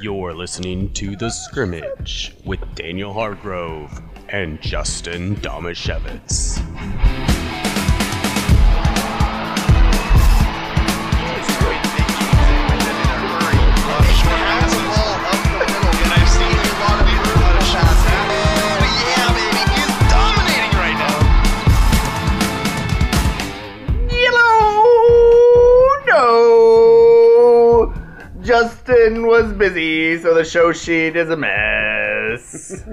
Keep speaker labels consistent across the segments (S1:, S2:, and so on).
S1: You're listening to The Scrimmage with Daniel Hargrove and Justin Domashevitz.
S2: Hello, Oh, no. Justin was busy, so the show sheet is a mess.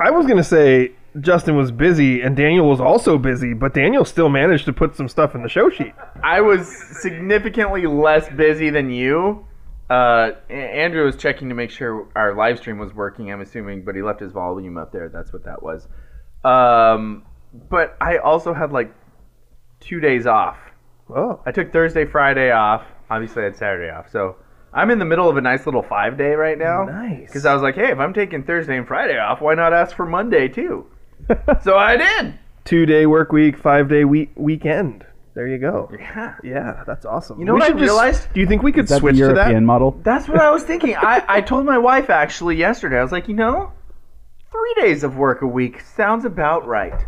S3: I was gonna say Justin was busy and Daniel was also busy, but Daniel still managed to put some stuff in the show sheet.
S2: I was significantly less busy than you. Uh, A- Andrew was checking to make sure our live stream was working. I'm assuming, but he left his volume up there. That's what that was. Um, but I also had like two days off.
S3: Oh,
S2: I took Thursday, Friday off. Obviously, I had Saturday off. So I'm in the middle of a nice little five day right now.
S3: Nice.
S2: Because I was like, hey, if I'm taking Thursday and Friday off, why not ask for Monday too? so I did.
S3: two day work week, five day week weekend. There you go.
S2: Yeah.
S3: Yeah, that's awesome. You
S2: know what I realized?
S3: Do you think we could
S4: Is that
S3: switch
S4: the
S3: to
S4: European
S3: that?
S4: model?
S2: That's what I was thinking. I, I told my wife actually yesterday, I was like, you know, three days of work a week sounds about right.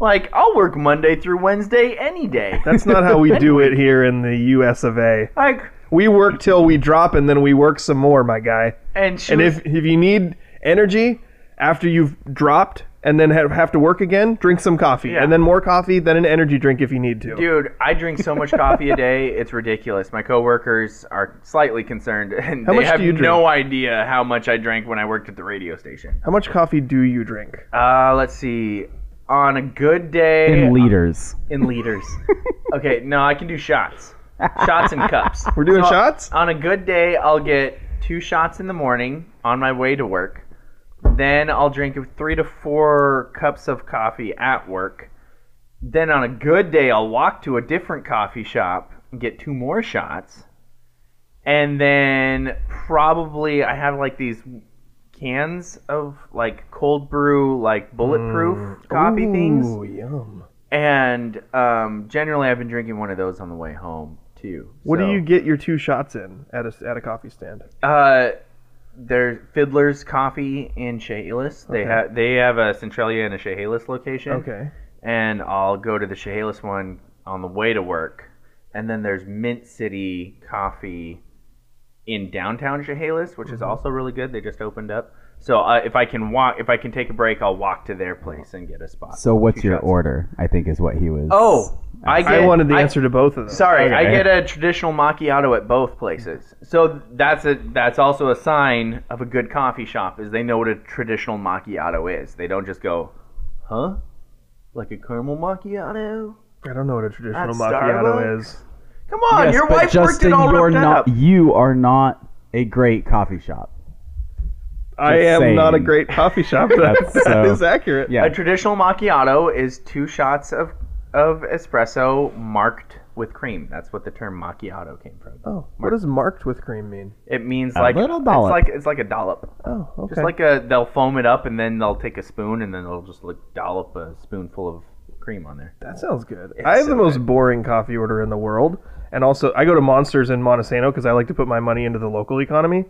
S2: Like, I'll work Monday through Wednesday any day.
S3: That's not how we do it here in the U.S. of A.
S2: like,
S3: We work till we drop, and then we work some more, my guy.
S2: and she
S3: And
S2: was-
S3: if if you need energy after you've dropped and then have, have to work again, drink some coffee,
S2: Yeah.
S3: and then more coffee, then an energy drink if you need to.
S2: Dude, I drink so much coffee a day, it's ridiculous. My coworkers are slightly concerned, and
S3: How
S2: they
S3: much
S2: have
S3: do you drink?
S2: no idea how much I drank when I worked at the radio station.
S3: How much coffee do you drink?
S2: Uh, let's see. On a good day, uh,
S4: In liters.
S2: in liters. okay, no, I can do shots, shots and cups.
S3: We're doing
S2: So,
S3: shots.
S2: On a good day, I'll get two shots in the morning on my way to work. Then I'll drink three to four cups of coffee at work. Then on a good day, I'll walk to a different coffee shop and get two more shots. And then probably I have like these cans of like cold brew, like bulletproof coffee things
S3: Mm. Ooh, yum.
S2: and um, generally I've been drinking one of those on the way home too.
S3: What
S2: So,
S3: do you get your two shots in at a at a coffee stand?
S2: Uh, there's Fiddler's Coffee in Chehalis. They have they have a Centralia and a Chehalis location.
S3: Okay.
S2: And I'll go to the Chehalis one on the way to work, and then there's Mint City Coffee in downtown Chehalis, which is also really good. They just opened up. So uh, if I can walk, if I can take a break, I'll walk to their place and get a spot.
S4: So what's
S2: Two
S4: your
S2: shots.
S4: order? I think is what he was.
S2: Oh, I get.
S3: I wanted the
S2: I-
S3: answer to both of them.
S2: Sorry, I
S4: Okay.
S2: get a traditional macchiato at both places. So that's a that's also a sign of a good coffee shop is they know what a traditional macchiato is. They don't just go, huh, like a caramel macchiato.
S3: I don't know what a traditional
S2: At
S3: macchiato
S2: Starbucks?
S3: is.
S2: Come on,
S4: Yes,
S2: your
S4: but
S2: wife worked
S4: Justin,
S2: it all
S4: you're
S2: ripped up.
S4: not. You are not a great coffee shop.
S3: I am
S4: saying.
S3: not a great coffee shop. That,
S4: That's
S3: that
S4: so-
S3: is accurate.
S4: Yeah.
S2: A traditional macchiato is two shots of of espresso marked with cream. That's what the term macchiato came from.
S3: Oh, what does marked with cream mean?
S2: It means
S4: A
S2: like
S4: little
S2: It's
S4: dollop.
S2: like it's like a dollop.
S3: Oh, okay.
S2: Just like a, they'll foam it up and then they'll take a spoon and then they'll just like dollop a spoonful of cream on there.
S3: that sounds good. I have
S2: so
S3: the most boring coffee order in the world, and also I go to Monsters in Montesano because I like to put my money into the local economy.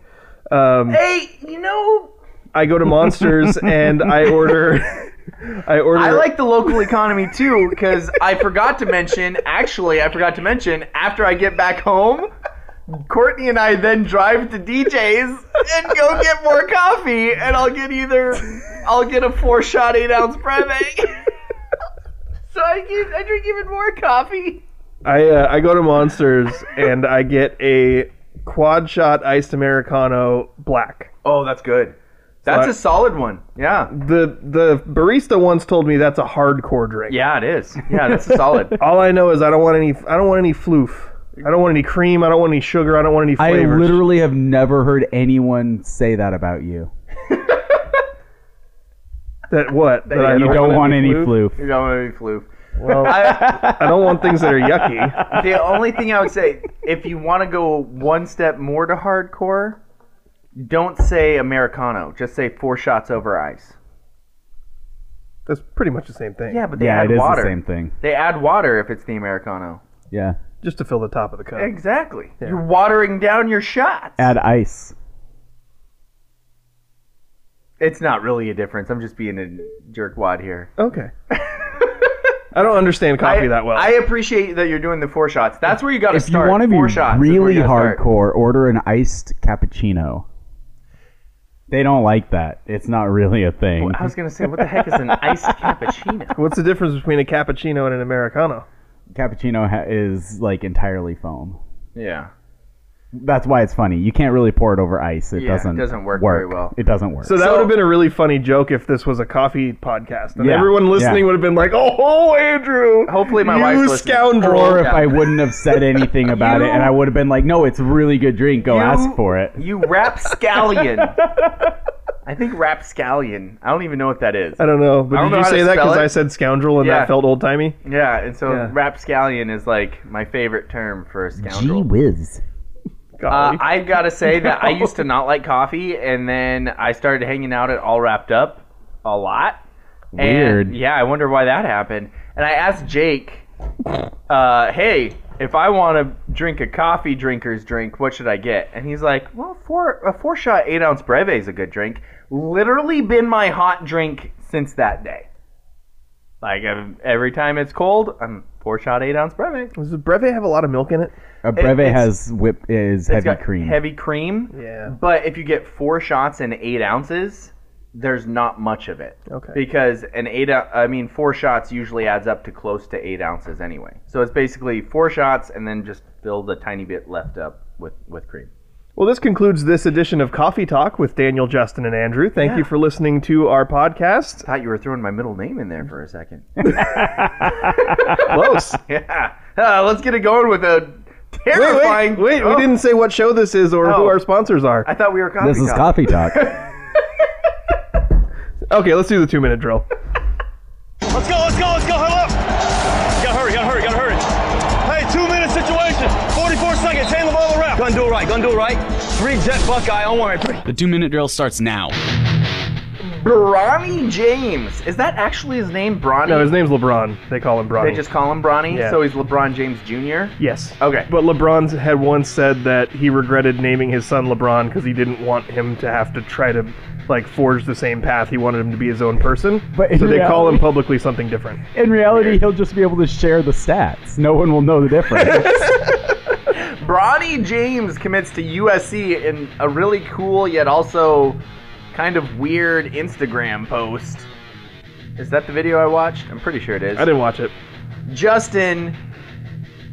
S3: Um,
S2: Hey, you know,
S3: I go to Monsters and I order. I order.
S2: I like the local economy too because I forgot to mention. Actually, I forgot to mention after I get back home. Courtney and I then drive to DJ's and go get more coffee, and I'll get either I'll get a four shot eight ounce breve, so I get, I drink even more coffee.
S3: I uh, I go to Monsters and I get a quad shot iced americano black.
S2: Oh, that's good. That's
S3: I-
S2: a solid one. Yeah.
S3: The the barista once told me that's a hardcore drink.
S2: Yeah, it is. Yeah, that's a solid.
S3: All I know is I don't want any I don't want any floof. I don't want any cream. I don't want any sugar. I don't want any
S4: I
S3: flavors.
S4: literally have never heard anyone say that about you.
S3: that what that I
S4: you don't, want any
S3: floof?
S4: floof.
S2: You don't want to be floof.
S3: Well,
S2: I,
S3: I don't want things that are yucky.
S2: the only thing I would say, if you want to go one step more to hardcore, don't say Americano. Just say four shots over ice.
S3: That's pretty much the same thing.
S2: Yeah, but they
S4: Yeah,
S2: add
S4: it is
S2: water.
S4: the same thing.
S2: They add water if it's the Americano.
S4: Yeah.
S3: Just to fill the top of the cup.
S2: Exactly. You're watering down your shots.
S4: Add ice.
S2: It's not really a difference. I'm just being a jerkwad here.
S3: Okay. I don't understand coffee
S2: I,
S3: that well.
S2: I appreciate that you're doing the four shots. That's where you got to
S4: If you
S2: start.
S4: want to be
S2: four shots is where you
S4: really
S2: gotta start.
S4: hardcore, order an iced cappuccino. They don't like that. It's not really a thing.
S2: Oh, I was gonna say, what the heck is an iced cappuccino?
S3: What's the difference between a cappuccino and an americano?
S4: Cappuccino ha- is like entirely foam.
S2: Yeah.
S4: That's why it's funny. You can't really pour it over ice. It
S2: Yeah, it
S4: doesn't
S2: doesn't work very well.
S4: It doesn't work.
S3: So that
S2: So-
S3: would have been a really funny joke if this was a coffee podcast, and
S4: Yeah,
S3: everyone listening
S4: yeah.
S3: would have been like, "Oh, Andrew,
S2: Hopefully my
S3: you
S2: wife's listening."
S3: scoundrel."
S4: or if
S2: Yeah.
S4: I wouldn't have said anything about it, and I would have been like, "No, it's a really good drink. Go ask for it."
S2: You rapscallion. I think rapscallion. I don't even know what that is.
S3: I don't know, but
S2: I don't know
S3: did you
S2: how
S3: say
S2: to
S3: that
S2: spell
S3: because
S2: it.
S3: I said scoundrel and
S2: Yeah.
S3: that felt old timey?
S2: Yeah, and so
S3: Yeah.
S2: rapscallion is like my favorite term for a scoundrel.
S4: Gee whiz!
S2: Uh, I gotta say that I used to not like coffee, and then I started hanging out at All Wrapped Up a lot. And,
S4: Weird.
S2: yeah, I wonder why that happened. And I asked Jake, uh, "Hey, if I want to drink a coffee drinker's drink, what should I get?" And he's like, "Well, four a four shot eight ounce breve is a good drink. Literally been my hot drink since that day. Like I've- every time it's cold, I'm four shot eight ounce breve.
S3: Does Breve have a lot of milk in it?
S4: A Uh, breve
S2: it's-
S4: has whip is
S2: It's
S4: heavy
S2: got
S4: cream.
S2: Heavy cream.
S3: Yeah.
S2: But if you get four shots in eight ounces, there's not much of it
S3: Okay.
S2: because an eight. ou- I mean, four shots usually adds up to close to eight ounces anyway. So it's basically four shots and then just fill the tiny bit left up with with cream.
S3: Well, this concludes this edition of Coffee Talk with Daniel, Justin, and Andrew. Thank you for listening to our podcast.
S2: Thought you were throwing my middle name in there for a second.
S3: Close.
S2: yeah, Uh, let's get it going with a
S3: wait,
S2: terrifying.
S3: wait, wait.
S2: Oh,
S3: We didn't say what show this is or
S2: Oh.
S3: who our sponsors are.
S2: I thought we were coffee.
S4: this is
S2: Talk.
S4: coffee talk.
S3: Okay, let's do the two minute drill.
S5: Let's go, let's go, let's go, hurry up. Gotta hurry, gotta hurry, gotta hurry. Hey, two minute situation, 44 seconds, hand the ball around. Gun dual right, gun dual right. Three jet Buckeye on one right, three.
S6: The two minute drill starts now.
S2: Bronny James. Is that actually his name, Bronny?
S3: No, his name's LeBron. They call him Bronny.
S2: They just call him Bronny.
S3: Yeah.
S2: So he's LeBron James Jr.
S3: yes.
S2: Okay.
S3: But LeBron had once said that he regretted naming his son LeBron because he didn't want him to have to try to like forge the same path. He wanted him to be his own person.
S4: But in
S3: so they call
S4: reality-
S3: him publicly something different.
S4: In reality, he'll just be able to share the stats. No one will know the difference.
S2: Bronny James commits to USC in a really cool yet also kind of weird Instagram post. Is that the video I watched? I'm pretty sure it is.
S3: I didn't watch it.
S2: Justin,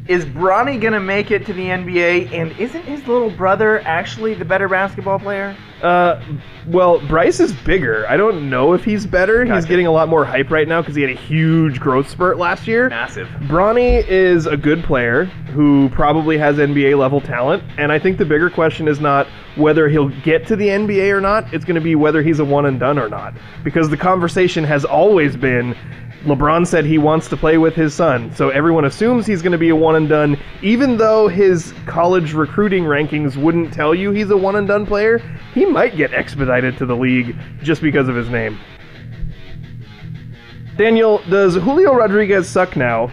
S2: is Bronny gonna make it to the NBA? And isn't his little brother actually the better basketball player?
S3: Uh, well, Bryce is bigger. I don't know if he's better. He's
S2: Gotcha.
S3: getting a lot more hype right now because he had a huge growth spurt last year.
S2: Massive.
S3: Bronny is a good player who probably has NBA level talent, and I think the bigger question is not whether he'll get to the NBA or not. It's going to be whether he's a one and done or not, because the conversation has always been. LeBron said he wants to play with his son, so everyone assumes he's going to be a one and done, even though his college recruiting rankings wouldn't tell you he's a one and done player. He might get expedited to the league just because of his name. Daniel, does Julio Rodriguez suck now?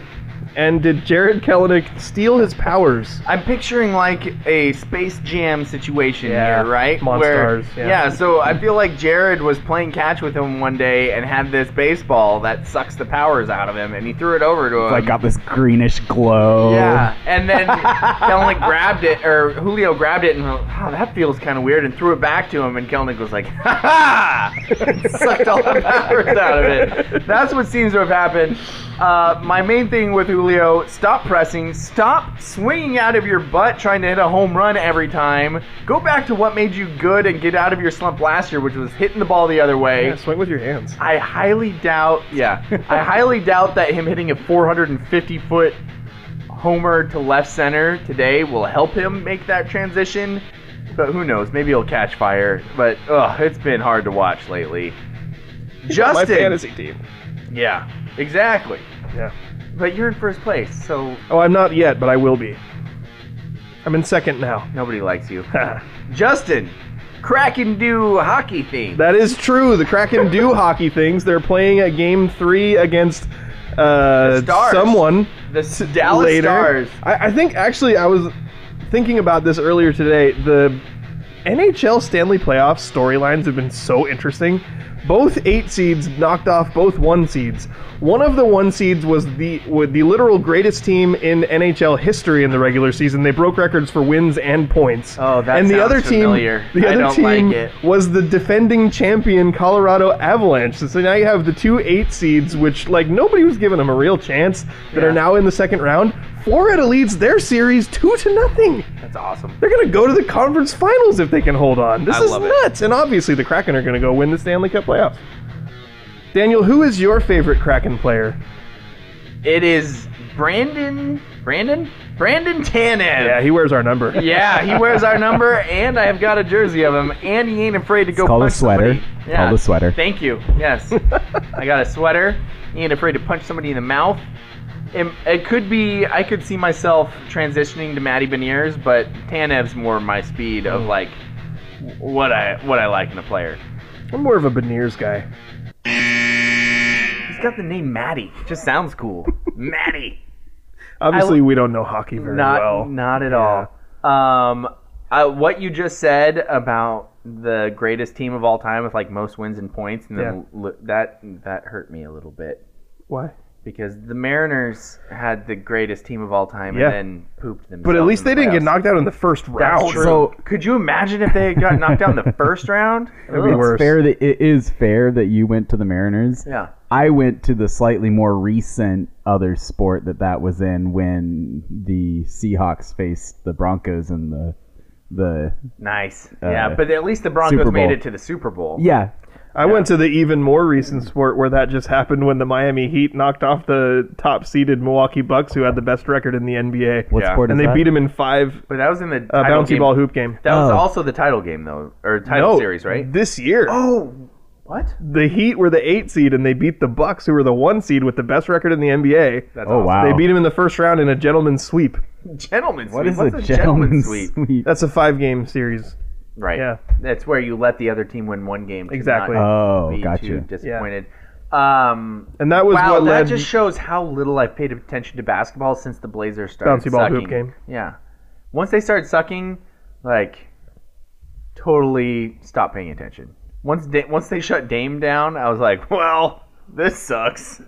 S3: And did Jared Kelenic steal his powers?
S2: I'm picturing like a Space Jam situation
S3: Yeah,
S2: here, right?
S3: Monstars,
S2: Where,
S3: yeah.
S2: so I feel like Jared was playing catch with him one day and had this baseball that sucks the powers out of him, and he threw it over to him.
S4: I got this greenish glow.
S2: Yeah, and then Kelnick grabbed it, or Julio grabbed it, and went, oh, that feels kind of weird, and threw it back to him, and Kelnick was like, ha ha! Sucked all the powers out of it. That's what seems to have happened. Uh, my main thing with Julio: stop pressing, stop swinging out of your butt trying to hit a home run every time. Go back to what made you good and get out of your slump last year, which was hitting the ball the other way.
S3: Yeah, swing with your hands.
S2: I highly doubt. Yeah, I highly doubt that him hitting a 450 foot homer to left center today will help him make that transition. But who knows? Maybe he'll catch fire. But ugh, it's been hard to watch lately.
S3: My
S2: Justin.
S3: fantasy team.
S2: Yeah, exactly.
S3: Yeah.
S2: But you're in first place, so
S3: Oh, I'm not yet, but I will be. I'm in second now.
S2: nobody likes you. Justin, Kraken do hockey thing.
S3: That is true. The Kraken do hockey things. They're playing a game three against
S2: The
S3: uh,
S2: Stars.
S3: someone.
S2: The s- Dallas
S3: later.
S2: Stars.
S3: I, I think actually I was thinking about this earlier today. The NHL Stanley Playoffs storylines have been so interesting. Both eight seeds knocked off both one seeds. One of the one seeds was the was the literal greatest team in NHL history in the regular season. They broke records for wins and points.
S2: Oh, that
S3: and the
S2: sounds
S3: other
S2: familiar.
S3: team, the
S2: I
S3: other
S2: don't
S3: team
S2: like it.
S3: was the defending champion Colorado Avalanche. So now you have the two eight seeds, which like nobody was giving them a real chance, that
S2: Yeah.
S3: are now in the second round. Florida leads their series two to nothing.
S2: That's awesome.
S3: They're gonna go to the conference finals if they can hold on. This
S2: I
S3: is
S2: love it.
S3: nuts, and obviously the Kraken are gonna go win the Stanley Cup playoffs. Daniel, who is your favorite Kraken player?
S2: It is Brandon. Brandon? Brandon
S3: Yeah,
S2: Tanev.
S3: he wears our number.
S2: Yeah, he wears our number, and I have got a jersey of him, and he ain't afraid to go
S4: Call the
S2: punch
S4: sweater.
S2: somebody.
S4: Call the sweater.
S2: Thank you. Yes, I got a sweater. He ain't afraid to punch somebody in the mouth. It, it could be. I could see myself transitioning to Matty Beniers, but Tanev's more my speed of like what I what I like in a player.
S3: I'm more of a Beniers guy.
S2: He's got the name Matty. Just sounds cool. Matty.
S3: Obviously, we don't know hockey very
S2: not
S3: well.
S2: not at all. Um, uh, what you just said about the greatest team of all time with like most wins and points, and then l- that that hurt me a little bit
S3: Why?
S2: because the Mariners had the greatest team of all time
S3: Yeah.
S2: and then pooped themselves.
S3: But at least
S2: in
S3: they
S2: the
S3: didn't get
S2: playoffs.
S3: knocked out in the first
S2: That's
S3: round.
S2: true. could you imagine if they had got knocked out in the first round?
S3: That'd be
S2: Ugh.
S3: worse.
S4: Fair that it is fair that you went to the Mariners.
S2: Yeah.
S4: I went to the slightly more recent other sport that that was in when the Seahawks faced the Broncos and the the
S2: Nice.
S4: Uh,
S2: yeah, but at least the
S4: Super
S2: Broncos made
S4: Bowl.
S2: it to the Super Bowl.
S4: yeah
S3: I went to the even more recent sport where that just happened when the Miami Heat knocked off the top-seeded Milwaukee Bucks, who had the best record in the NBA.
S4: what
S2: Yeah.
S4: sport
S3: And
S4: is
S3: they
S4: that?
S3: beat him in five
S2: But that was in the
S3: uh,
S2: title
S3: bouncy
S2: game.
S3: ball hoop game.
S2: That was
S4: Oh.
S2: also the title game though, or title
S3: No,
S2: series, right?
S3: This year.
S2: Oh, what?
S3: the Heat were the eight seed, and they beat the Bucks, who were the one seed with the best record in the NBA.
S2: That's
S4: oh wow
S3: They beat him in the first round in a gentleman's sweep.
S2: Gentlemen
S4: what
S2: sweep.
S4: is
S2: What's
S4: a gentleman's
S2: sweep?
S4: sweep,
S3: That's a five-game series.
S2: Right.
S3: Yeah.
S2: That's where you let the other team win one game. to
S3: Exactly.
S2: not
S4: oh
S2: be Too
S4: gotcha
S2: disappointed. Um,
S3: And that was
S2: wow,
S3: what
S2: that
S3: led-
S2: just shows how little I've paid attention to basketball since the Blazers started
S3: Bouncy ball hoop
S2: sucking.
S3: game.
S2: Yeah. Once they started sucking, like, totally stopped paying attention. Once da- once they shut Dame down, I was like, well, this sucks.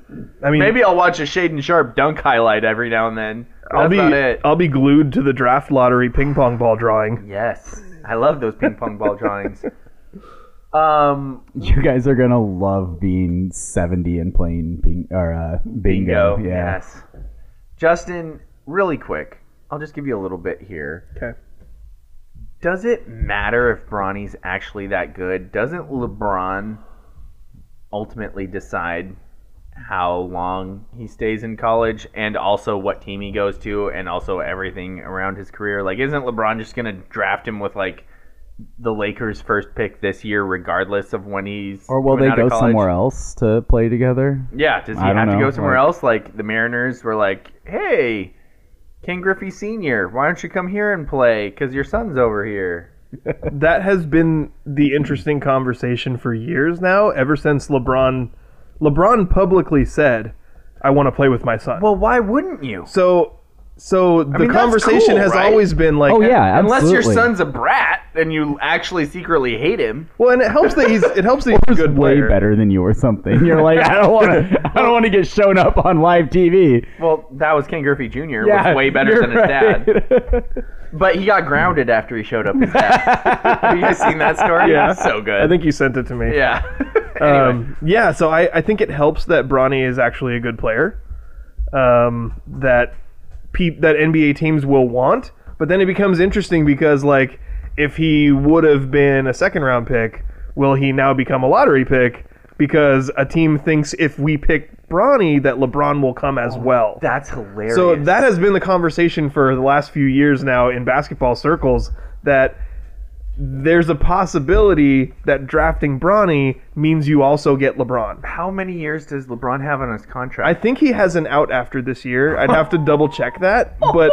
S3: I mean,
S2: Maybe I'll watch a Shaden Sharp dunk highlight every now and then. but
S3: I'll
S2: That's
S3: be
S2: about it.
S3: I'll be glued to the draft lottery ping pong ball drawing.
S2: Yes, I love those ping pong ball drawings. Um,
S4: you guys are gonna love being seventy and playing bing- or uh, bingo,
S2: bingo.
S4: yeah
S2: Yes. Justin, really quick, I'll just give you a little bit here.
S3: Okay.
S2: Does it matter if Bronny's actually that good? Doesn't LeBron ultimately decide how long he stays in college and also what team he goes to and also everything around his career? Like, isn't LeBron just going to draft him with, like, the Lakers' first pick this year, regardless of when he's
S4: or will
S2: coming
S4: they
S2: out of
S4: go
S2: college?
S4: somewhere else to play together
S2: Yeah, does he
S4: I don't
S2: have to
S4: know,
S2: go somewhere
S4: like-
S2: else? Like the Mariners were like, "Hey, Ken Griffey Senior, why don't you come here and play? Because your son's over here."
S3: That has been the interesting conversation for years now. Ever since LeBron, LeBron publicly said, "I want to play with my son."
S2: Well, why wouldn't you?
S3: so, so the
S2: mean, that's
S3: conversation
S2: cool,
S3: has
S2: right?
S3: always been like,
S4: oh yeah
S2: Unless your
S4: absolutely.
S2: son's a brat and you actually secretly hate him.
S3: Well, and it helps that he's it helps that he's a good
S4: way
S3: player.
S4: better than you or something you're like I don't want to I don't want to get shown up on live TV
S2: Well, that was Ken Griffey Jr.
S4: yeah
S2: was way better
S4: you're
S2: than his dad.
S4: right.
S2: But he got grounded after he showed up his dad. Have you guys seen that story?
S3: Yeah.
S2: So good.
S3: I think you sent it to me.
S2: yeah. anyway.
S3: Um, yeah, so I, I think it helps that Bronny is actually a good player. Um, that peop that NBA teams will want, but then it becomes interesting because like if he would have been a second round pick, will he now become a lottery pick? Because a team thinks if we pick Bronny, that LeBron will come as well.
S2: Oh, That's hilarious.
S3: So that has been the conversation for the last few years now in basketball circles that there's a possibility that drafting Bronny means you also get LeBron.
S2: How many years does LeBron have on his contract?
S3: I think he has an out after this year. I'd have to double check that, but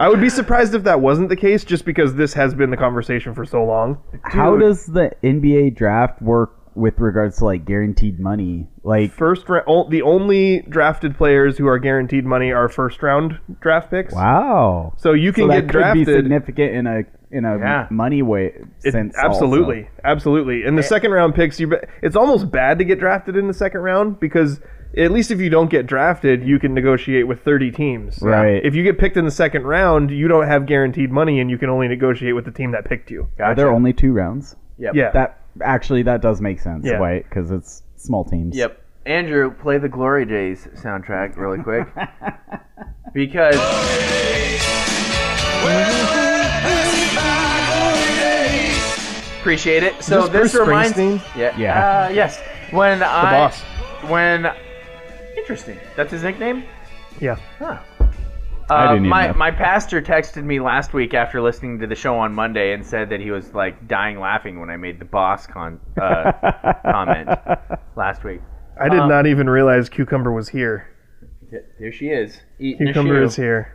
S3: I would be surprised if that wasn't the case just because this has been the conversation for so long.
S4: How does the NBA draft work with regards to like guaranteed money? Like,
S3: First round o- the only drafted players who are guaranteed money are first round draft picks.
S4: wow.
S3: So you
S4: So
S3: can
S4: that
S3: get
S4: could be
S3: drafted
S4: significant in a in a
S2: Yeah.
S4: money way
S3: It-
S4: sense. also. Eh.
S3: absolutely, absolutely. And the second round picks, you be- it's almost bad to get drafted in the second round because at least if you don't get drafted, you can negotiate with 30 teams.
S4: Right.
S3: If you get picked in the second round, you don't have guaranteed money and you can only negotiate with the team that picked you.
S4: Are there only two rounds?
S2: Yep.
S3: Yeah.
S4: That actually that does make sense,
S3: Yeah.
S4: right? Because it's small teams.
S2: Yep. Andrew, play the Glory Days soundtrack really quick. because appreciate it. So this,
S3: this Bruce
S2: reminds
S3: Springsteen?
S2: Yeah.
S4: Yeah.
S2: Uh, yes. When
S3: the
S2: I
S3: boss.
S2: when interesting. That's his nickname?
S3: Yeah.
S4: I
S2: Uh,
S4: didn't even
S2: my,
S4: know.
S2: my pastor texted me last week after listening to the show on Monday and said that he was like dying laughing when I made the boss con uh, comment last week.
S3: I did
S2: Um,
S3: not even realize Cucumber was here.
S2: There she is. Eating a
S3: Cucumber
S2: shoe.
S3: is here.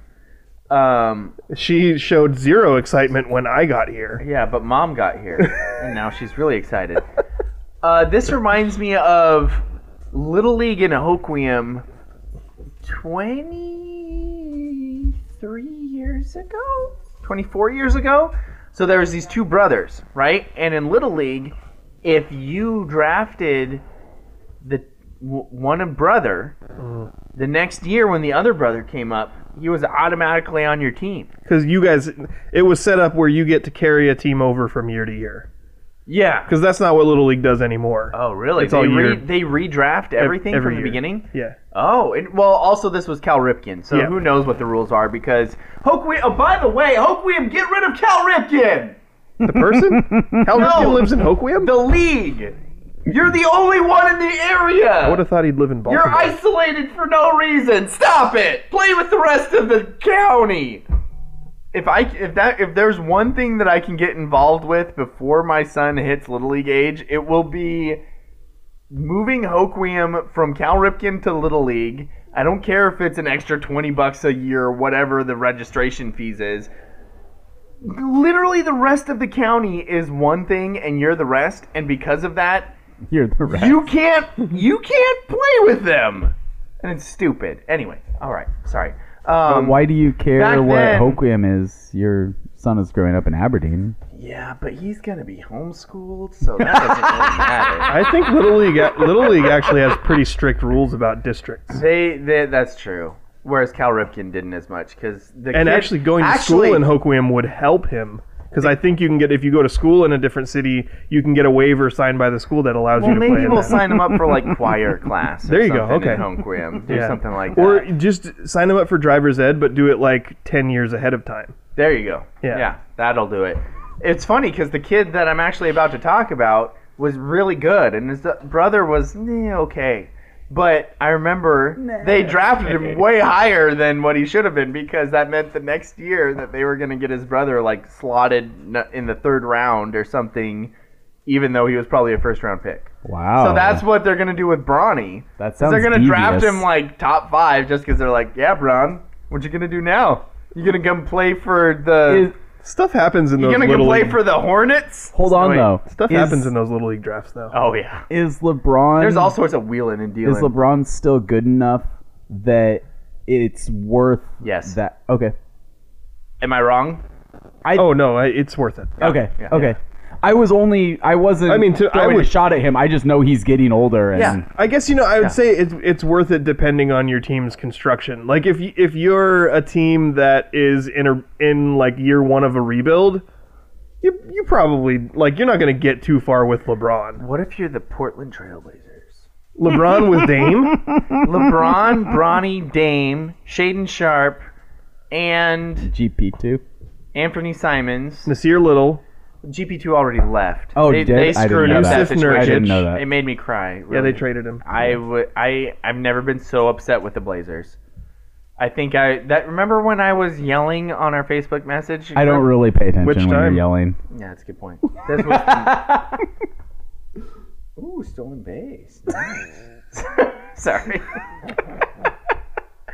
S2: Um,
S3: She showed zero excitement when I got here.
S2: yeah, but mom got here, and now she's really excited. Uh, this reminds me of Little League in Hoquiam 23 years ago? 24 years ago? So there was these two brothers, right? And in Little League, if you drafted the w- one brother, the next year when the other brother came up, he was automatically on your team.
S3: Because you guys, it was set up where you get to carry a team over from year to year.
S2: Yeah.
S3: Because that's not what Little League does anymore.
S2: Oh, really?
S3: It's
S2: they,
S3: all year.
S2: re- they redraft everything from
S3: every
S2: the
S3: year.
S2: beginning?
S3: Yeah.
S2: Oh, and, well, also, this was Cal Ripken, so
S3: Yeah.
S2: who knows what the rules are because Hoquiam. Oh, by the way, Hoquiam, get rid of Cal Ripken!
S3: The person? Cal Ripken lives in Hoquiam?
S2: The league! You're the only one in the area!
S3: I would have thought he'd live in Baltimore.
S2: You're isolated for no reason! Stop it! Play with the rest of the county! If I if that if there's one thing that I can get involved with before my son hits little league age, it will be moving Hoquiam from Cal Ripken to Little League. I don't care if it's an extra 20 bucks a year, whatever the registration fees is. Literally, the rest of the county is one thing, and you're the rest. And because of that,
S4: You're the rat.
S2: you can't you can't play with them, and it's stupid. Anyway, all right, sorry. Um,
S4: Why do you
S2: back
S4: care what
S2: then-
S4: Hoquiam is? Your son is growing up in Aberdeen.
S2: Yeah, but he's gonna be homeschooled, so that doesn't really matter.
S3: I think Little League Little League actually has pretty strict rules about districts.
S2: They, they that's true. Whereas Cal Ripken didn't as much because the
S3: And
S2: kid-
S3: actually going to
S2: actually-
S3: school in Hoquiam would help him because I think you can get if you go to school in a different city, you can get a waiver signed by the school that allows
S2: Well,
S3: you to play.
S2: maybe
S3: in
S2: we'll
S3: that.
S2: sign him up for like choir class. or
S3: There you go,
S2: something
S3: okay.
S2: In Homequim. Do
S3: Yeah.
S2: something like that.
S3: Or just sign him up for driver's ed, but do it like ten years ahead of time.
S2: there you go.
S3: Yeah.
S2: that'll do it. It's funny because the kid that I'm actually about to talk about was really good, and his uh, brother was eh, okay. But I remember they drafted him way higher than what he should have been because that meant the next year that they were going to get his brother like slotted n- in the third round or something, even though he was probably a first round pick.
S4: Wow.
S2: So that's what they're gonna do with Bronny.
S4: That
S2: Is They're
S4: sounds
S2: gonna draft
S4: devious.
S2: him like top five just because they're like, yeah, Bron, what you gonna do now? You gonna come play for the?
S3: Stuff happens in
S2: you
S3: those
S2: gonna go
S3: little
S2: play
S3: league,
S2: for the Hornets?
S4: Hold on
S2: Wait.
S4: though.
S3: stuff
S4: Is-
S3: happens in those little league drafts though.
S2: Oh yeah.
S4: Is LeBron?
S2: There's all sorts of wheeling and dealing.
S4: Is LeBron still good enough that it's worth
S2: Yes.
S4: that? Okay.
S2: Am I wrong?
S3: Oh no, I, it's worth it.
S4: Okay.
S2: yeah.
S4: okay. I was only. I wasn't.
S3: I mean, to- I
S4: throwing
S3: would-
S4: a shot at him. I just know he's getting older. And
S2: Yeah.
S3: I guess you know I would say it's it's worth it depending on your team's construction. Like if you, if you're a team that is in a in like year one of a rebuild, you you probably like you're not going to get too far with LeBron.
S2: What if you're the Portland Trailblazers?
S3: LeBron with Dame,
S2: LeBron, Bronny, Dame, Shaden Sharp, and
S4: GP two.
S2: Anthony Simons.
S3: Nasir Little.
S2: GP2 already left.
S4: Oh,
S2: they,
S4: did-
S2: they
S4: I didn't
S2: screwed
S4: know
S2: up
S3: that.
S2: that
S3: Yusuf Nurkic.
S2: situation.
S4: I didn't know that.
S2: It made me cry.
S3: Yeah, they
S2: really.
S3: traded him.
S2: I would I I've never been so upset with the Blazers. I think I that remember when I was yelling on our Facebook message.
S4: I don't really pay attention
S3: Which
S4: when you're
S3: time?
S4: yelling.
S2: Yeah, that's a good point. This was. Ooh, stolen base. Nice. Sorry.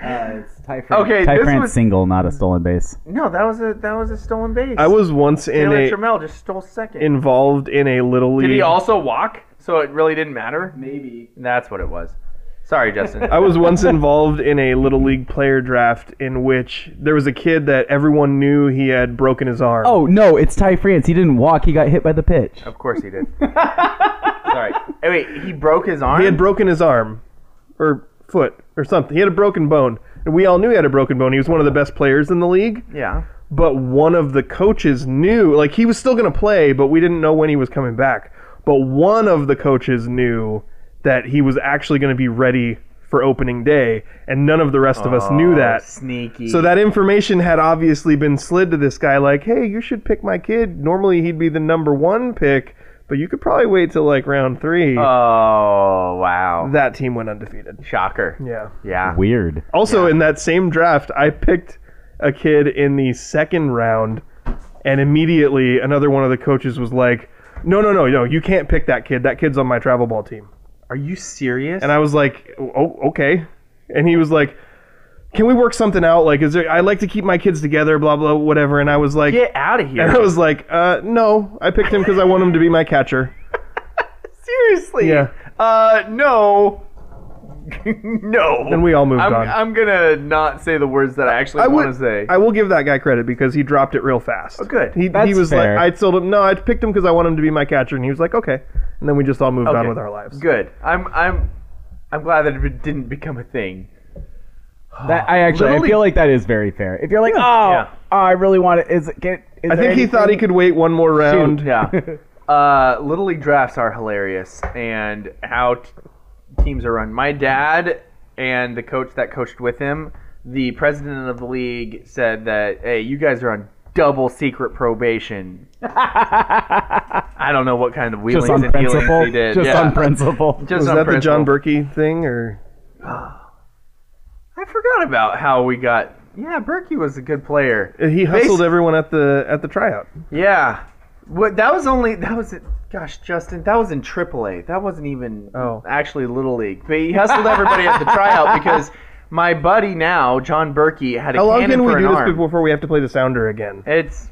S4: it's Ty France.
S2: Okay,
S4: Ty
S2: this
S4: France
S2: was-
S4: single, not a stolen base.
S2: No, that was a that was a stolen base.
S3: I was once in
S2: Taylor
S3: a
S2: Trammell just stole second.
S3: involved in a little league.
S2: Did he also walk? So it really didn't matter.
S4: Maybe.
S2: That's what it was. Sorry, Justin.
S3: I was once involved in a little league player draft in which there was a kid that everyone knew he had broken his arm.
S4: Oh no, it's Ty France. He didn't walk. He got hit by the pitch.
S2: of course he did. Sorry. Hey, wait, he broke his arm.
S3: He had broken his arm or foot or something. He had a broken bone. And we all knew he had a broken bone. He was one of the best players in the league,
S2: yeah.
S3: but one of the coaches knew, like he was still going to play, but we didn't know when he was coming back. But one of the coaches knew that he was actually going to be ready for opening day, and none of the rest of us knew that.
S2: Sneaky.
S3: So that information had obviously been slid to this guy, like, hey, you should pick my kid. Normally he'd be the number one pick, but you could probably wait till like round three.
S2: Oh wow.
S3: that team went undefeated.
S2: Shocker.
S3: Yeah.
S2: Yeah.
S4: Weird.
S3: Also, in that same draft, I picked a kid in the second round, and immediately another one of the coaches was like, no, no, no, no, you can't pick that kid. That kid's on my travel ball team.
S2: Are you serious?
S3: And I was like, oh, okay. And he was like, can we work something out? Like, is there, I like to keep my kids together, blah, blah, whatever. And I was like,
S2: get out of here.
S3: And I was like, uh, no, I picked him because I want him to be my catcher.
S2: Seriously.
S3: Yeah.
S2: Uh, no. no.
S3: Then we all moved
S2: I'm,
S3: on.
S2: I'm gonna not say the words that I actually
S3: I
S2: want
S3: would
S2: to say.
S3: I will give that guy credit because he dropped it real fast. Oh,
S2: good.
S3: He, he
S4: That's
S3: was
S4: fair.
S3: like, I told him, no, I picked him because I want him to be my catcher, and he was like, okay. And then we just all moved on
S2: Okay.
S3: with our lives.
S2: Good. I'm. I'm. I'm glad that it didn't become a thing.
S4: That I actually I
S3: Literally-
S4: feel like that is very fair. If you're like, oh,
S2: Oh. Yeah.
S4: oh, I really want it. Is it? Can, is
S3: I think he thought he could wait one more round.
S2: Yeah. uh, Little League drafts are hilarious, and how t- teams are run. My dad and the coach that coached with him, the president of the league, said that, hey, you guys are on double secret probation. I don't know what kind of wheelings
S4: just on
S2: and dealings
S4: principle.
S2: he did.
S4: Just
S2: yeah.
S4: on principle.
S2: Just
S3: Was
S2: on
S3: that the John
S2: principle.
S3: Berkey thing, or
S2: I forgot about how we got. Yeah, Berkey was a good player.
S3: uh, he hustled
S2: Basi-
S3: everyone at the at the tryout?
S2: Yeah. What that was only that was gosh Justin that was in AAA that wasn't even
S3: Oh.
S2: actually little league but he hustled everybody at the tryout because my buddy now John Berkey had a
S3: How long
S2: cannon
S3: can we
S2: for
S3: do
S2: an
S3: this
S2: arm.
S3: before we have to play the sounder again?
S2: It's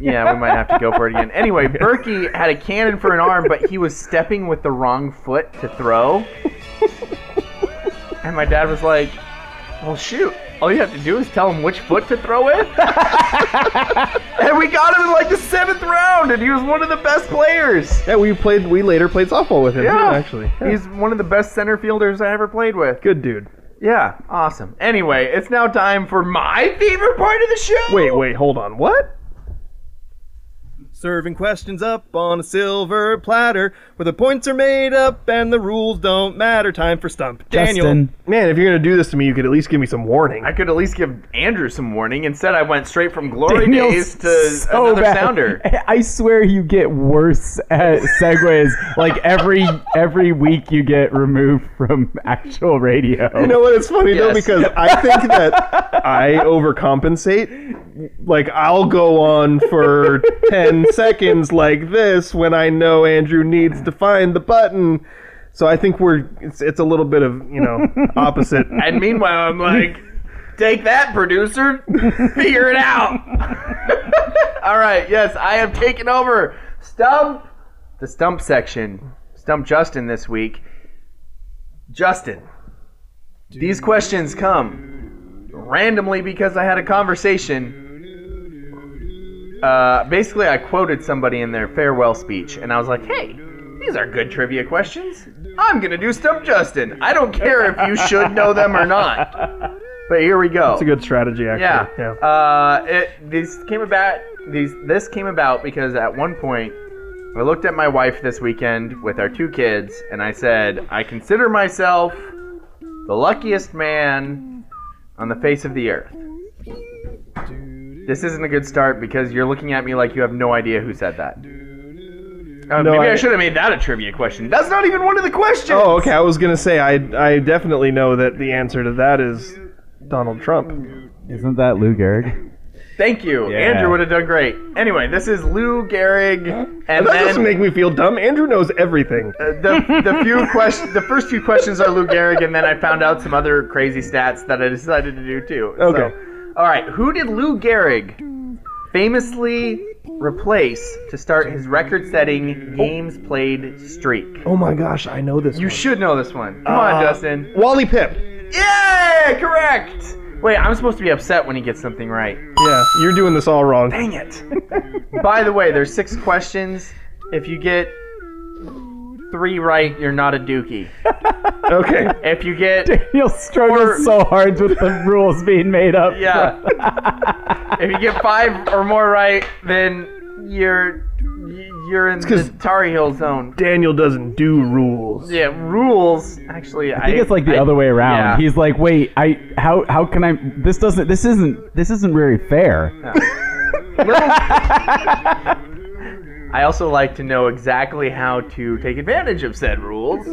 S2: yeah, we might have to go for it again. Anyway, Berkey had a cannon for an arm, but he was stepping with the wrong foot to throw. And my dad was like, "Well, shoot! All you have to do is tell him which foot to throw in." and we got him in like the seventh round, and he was one of the best players.
S3: Yeah, we played. We later played softball with him. too,
S2: Yeah.
S3: actually, Yeah.
S2: He's one of the best center fielders I ever played with.
S3: good dude.
S2: Yeah, awesome. Anyway, it's now time for my favorite part of the show.
S3: Wait, wait, hold on. What? Serving questions up on a silver platter where the points are made up and the rules don't matter. Time for Stump. Daniel.
S4: Justin.
S3: Man, if you're going to do this to me, you could at least give me some warning.
S2: I could at least give Andrew some warning. Instead, I went straight from glory days
S4: Daniel's
S2: to
S4: so
S2: another
S4: bad.
S2: sounder.
S4: I swear you get worse at segues. like every every week you get removed from actual radio.
S3: you know what? It's funny, though,
S2: Yes.
S3: because I think that I overcompensate. Like, I'll go on for 10 seconds like this when I know Andrew needs to find the button. So I think we're, it's, it's a little bit of, you know, opposite.
S2: And meanwhile, I'm like, take that, producer. Figure it out. All right. Yes, I have taken over stump the stump section. Stump Justin this week. Justin, these questions come randomly because I had a conversation. Uh, basically, I quoted somebody in their farewell speech, and I was like, "Hey, these are good trivia questions. I'm gonna do stump Justin. I don't care if you should know them or not." But here we go.
S3: It's a good strategy, actually.
S2: Yeah. Uh, it, these came about. These this came about because at one point I looked at my wife this weekend with our two kids, and I said, "I consider myself the luckiest man on the face of the earth." This isn't a good start because you're looking at me like you have no idea who said that. Uh,
S3: No,
S2: maybe I,
S3: I-
S2: should have made that a trivia question. That's not even one of the questions.
S3: Oh, okay. I was gonna say I I definitely know that the answer to that is Donald Trump.
S4: Isn't that Lou Gehrig?
S2: Thank you.
S4: Yeah.
S2: Andrew would have done great. Anyway, this is Lou Gehrig, and
S3: That
S2: then
S3: doesn't make me feel dumb. Andrew knows everything.
S2: the, the few questions, the first few questions are Lou Gehrig, and then I found out some other crazy stats that I decided to do too. So,
S3: Okay.
S2: all right, who did Lou Gehrig famously replace to start his record-setting games played streak.
S3: Oh my gosh, I know this.
S2: You
S3: one.
S2: should know this one. Come on,
S3: Uh,
S2: Justin.
S3: Wally Pip.
S2: Yeah, correct. Wait, I'm supposed to be upset when he gets something right.
S3: Yeah, you're doing this all wrong.
S2: Dang it. By the way, there's six questions. If you get three right, you're not a dookie.
S3: Okay.
S2: If you get
S4: He'll struggle
S2: Or-
S4: so hard with the rules being made up.
S2: yeah, if you get five or more right, then you're you're in the
S3: 'cause-
S2: Tar Heel zone.
S3: Daniel doesn't do rules.
S2: Yeah, rules. Actually, I
S4: I think it's like the
S2: I-
S4: other way around.
S2: yeah.
S4: He's like, wait, I how how can I? This doesn't. This isn't. This isn't very fair.
S2: I also like to know exactly how to take advantage of said rules.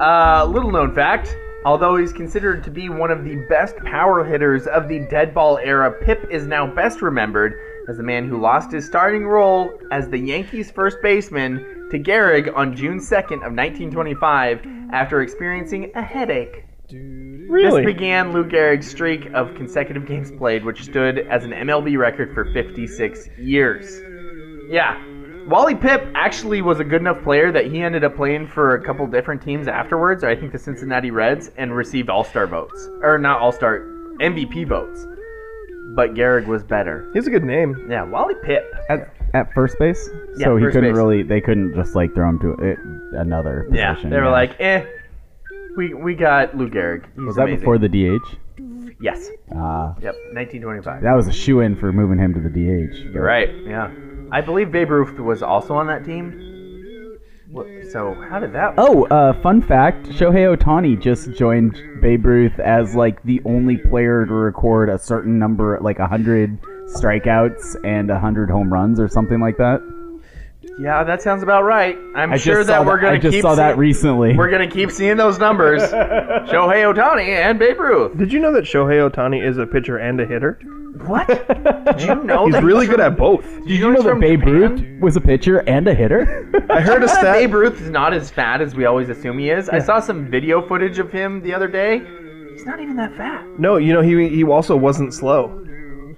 S2: uh, little known fact although he's considered to be one of the best power hitters of the dead ball era, Pip is now best remembered as the man who lost his starting role as the Yankees' first baseman to Gehrig on June 2nd of 1925 after experiencing a headache.
S3: Really?
S2: This began Lou Gehrig's streak of consecutive games played, which stood as an MLB record for 56 years. Yeah. Wally Pip actually was a good enough player that he ended up playing for a couple different teams afterwards, or I think the Cincinnati Reds, and received All Star votes. Or not All Star, MVP votes. But Gehrig was better.
S3: He's a good name.
S2: Yeah, Wally Pip.
S4: At, at first base,
S2: Yeah,
S4: so he
S2: first
S4: couldn't
S2: base.
S4: really. They couldn't just like throw him to it, another
S2: Yeah.
S4: position.
S2: They were like, eh, we, we got Lou Gehrig. He's
S4: was that
S2: amazing.
S4: before the DH?
S2: Yes.
S4: Uh,
S2: Yep. 1925.
S4: that was a shoe in for moving him to the DH. but-
S2: You're right. Yeah. I believe Babe Ruth was also on that team. What, so how did that?
S4: Oh, uh, fun fact: Shohei Otani just joined Babe Ruth as like the only player to record a certain number, like hundred strikeouts and hundred home runs or something like that.
S2: Yeah, that sounds about right. I'm
S4: I
S2: sure
S4: just
S2: that
S4: saw
S2: we're gonna
S4: I just
S2: keep
S4: saw that
S2: see-
S4: recently.
S2: we're gonna keep seeing those numbers. Shohei Otani and Babe Ruth.
S3: Did you know that Shohei Otani is a pitcher and a hitter?
S2: What? Did you know
S3: He's
S2: that?
S3: really good at both.
S2: Did
S4: you know
S2: he's
S4: that
S2: from
S4: Babe
S2: Japan?
S4: Ruth was a pitcher and a hitter?
S3: I heard a stat.
S2: Babe Ruth is not as fat as we always assume he is. I saw some video footage of him the other day. He's not even that fat.
S3: No, you know he he also wasn't slow.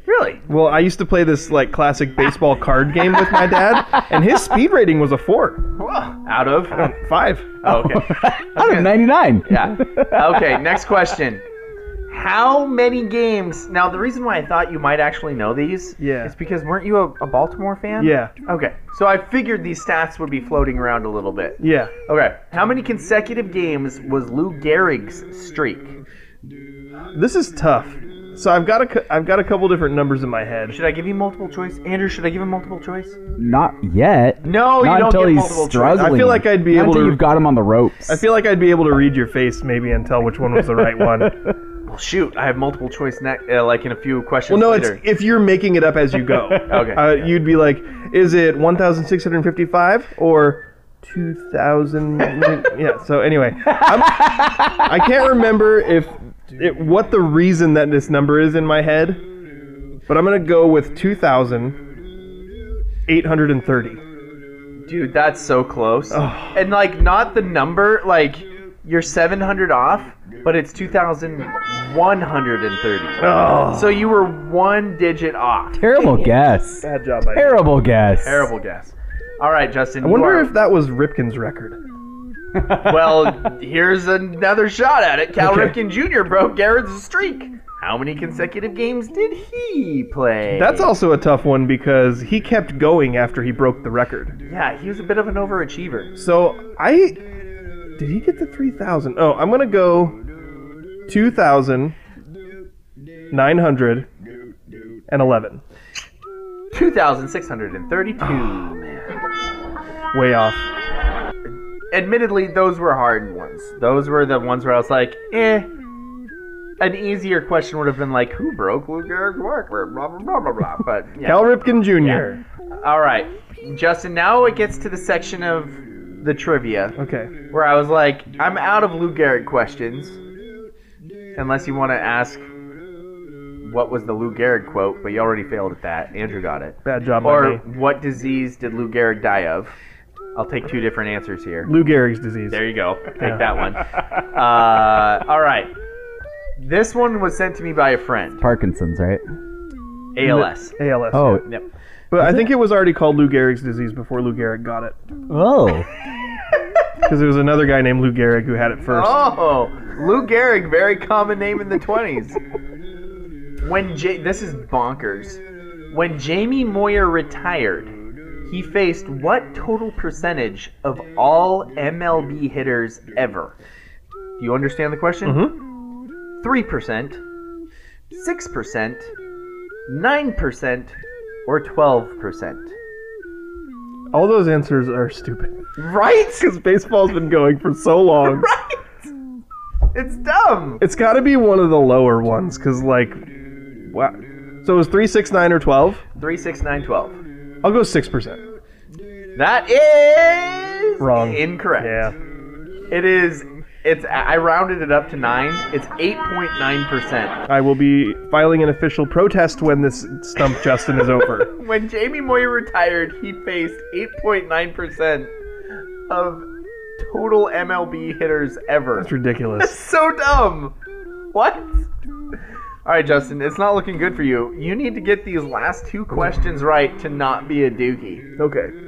S2: Really?
S3: Well, I used to play this like classic baseball card game with my dad, and his speed rating was a four,
S2: Whoa. Out of?
S3: five.
S2: Oh, okay.
S4: Out of 99.
S2: Yeah. Okay, next question. How many games? Now, the reason why I thought you might actually know these
S3: Yeah.
S2: is because weren't you a, a Baltimore fan?
S3: Yeah, Oh,
S2: Okay, so I figured these stats would be floating around a little bit.
S3: yeah. Oh,
S2: Okay, how many consecutive games was Lou Gehrig's streak?
S3: This is tough. So I've got a cou- I've got a couple different numbers in my head.
S2: Should I give you multiple choice? Andrew, should I give him multiple choice?
S4: Not yet.
S2: No,
S4: Not
S2: you don't
S4: until
S2: get
S4: he's
S2: multiple choice.
S4: struggling.
S3: I feel like I'd be
S4: Not
S3: able
S4: until
S3: to-
S4: You've got him on the ropes.
S3: I feel like I'd be able to read your face maybe and tell which one was the right one.
S2: Well, shoot, I have multiple choice next, uh, like in a few questions
S3: Well, no, it's
S2: later.
S3: if you're making it up as you go.
S2: Okay.
S3: Uh, You'd be like, is it 1,655 or 2,000? yeah. So anyway, I'm, I can't remember if it, what the reason that this number is in my head, but I'm gonna go with 2,830.
S2: Dude, that's so close. And like not the number, like you're 700 off, but it's 2130.
S3: Oh,
S2: So you were one digit off.
S4: Terrible guess.
S3: bad job. I did.
S4: Terrible guess.
S2: Terrible guess. All right, Justin.
S3: I wonder if that was Ripken's record.
S2: well, here's another shot at it. Cal
S3: Okay.
S2: Ripken Jr. broke Garrett's streak. How many consecutive games did he play?
S3: That's also a tough one because he kept going after he broke the record.
S2: Yeah, he was a bit of an overachiever.
S3: So I did he get the three thousand? Oh, I'm gonna go two thousand nine hundred and eleven.
S2: 2,632.
S3: Oh,
S2: man.
S3: Way off.
S2: admittedly, those were hard ones. Those were the ones where I was like, eh. An easier question would have been like, who broke Lou Gehrig's record? Blah blah blah blah blah. But yeah.
S3: Cal Ripken Jr.
S2: All right, Justin. Now it gets to the section of the trivia
S3: Okay.
S2: where I was like, I'm out of Lou Gehrig questions, unless you want to ask what was the Lou Gehrig quote, but you already failed at that. Andrew got it.
S3: Bad job by
S2: Or
S3: me.
S2: what disease did Lou Gehrig die of? I'll take two different answers here.
S3: Lou Gehrig's disease.
S2: There you go. Take that one. Uh, all right. This one was sent to me by a friend.
S4: Parkinson's, right?
S2: ALS.
S3: ALS.
S4: Oh,
S2: Yep.
S3: But I think it was already called Lou Gehrig's disease before Lou Gehrig got it.
S4: oh,
S3: Because there was another guy named Lou Gehrig who had it first.
S2: Oh, Lou Gehrig, very common name in the 20s. When ja- this is bonkers. When Jamie Moyer retired, he faced what total percentage of all MLB hitters ever? Do you understand the question? 3%, 6%, 9%, or 12%.
S3: All those answers are stupid.
S2: Right?
S3: Because baseball's been going for so long.
S2: Right? It's dumb.
S3: It's got to be one of the lower ones, because, like, wow. So it was 3, 6, 9, or 12?
S2: 3, 6, 9, 12.
S3: I'll go 6%.
S2: That is
S3: Wrong.
S2: Incorrect.
S3: Yeah.
S2: It is. It's. I rounded it up to nine. It's eight point nine percent.
S3: I will be filing an official protest when this stump Justin is over.
S2: When Jamie Moyer retired, he faced eight point nine percent of total MLB hitters ever.
S3: It's ridiculous.
S2: So dumb. What? All right, Justin. It's not looking good for you. You need to get these last two questions right to not be a dookie.
S3: Okay.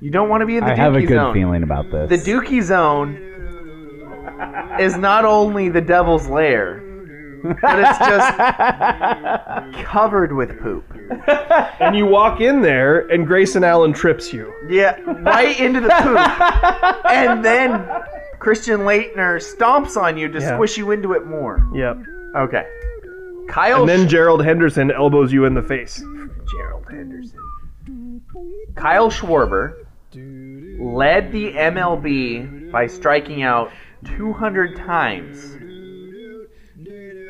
S2: You don't want to be in the
S4: I
S2: dookie
S4: have a good
S2: zone.
S4: feeling about this.
S2: The Dookie Zone is not only the devil's lair, but it's just covered with poop.
S3: And you walk in there, and Grayson Allen trips you.
S2: Yeah, right into the poop. And then Christian Leitner stomps on you to
S3: Yeah.
S2: squish you into it more.
S3: Yep.
S2: Okay. Kyle
S3: And then
S2: Sch-
S3: Gerald Henderson elbows you in the face.
S2: Gerald Henderson. Kyle Schwarber led the MLB by striking out 200 times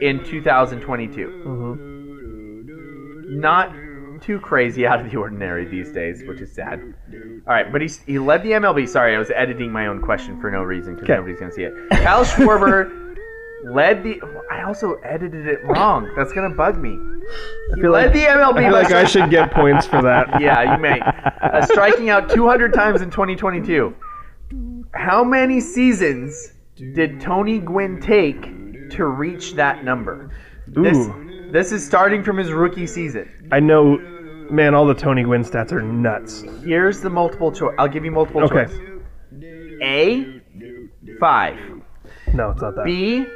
S2: in 2022.
S3: Mm-hmm.
S2: Not too crazy out of the ordinary these days, which is sad. All right, but he's, he led the MLB. Sorry, I was editing my own question for no reason because
S3: Okay.
S2: nobody's going to see it. Kyle Schwarber led the. I also edited it wrong. That's going to bug me. He led the MLB
S3: I feel
S2: by
S3: like I should get points for that.
S2: yeah, you may. Uh, striking out 200 times in 2022. How many seasons did Tony Gwynn take to reach that number? This,
S3: Ooh.
S2: this is starting from his rookie season.
S3: I know, man, all the Tony Gwynn stats are nuts.
S2: Here's the multiple choice. I'll give you multiple
S3: Okay.
S2: choice. A, 5.
S3: No, it's not that.
S2: B,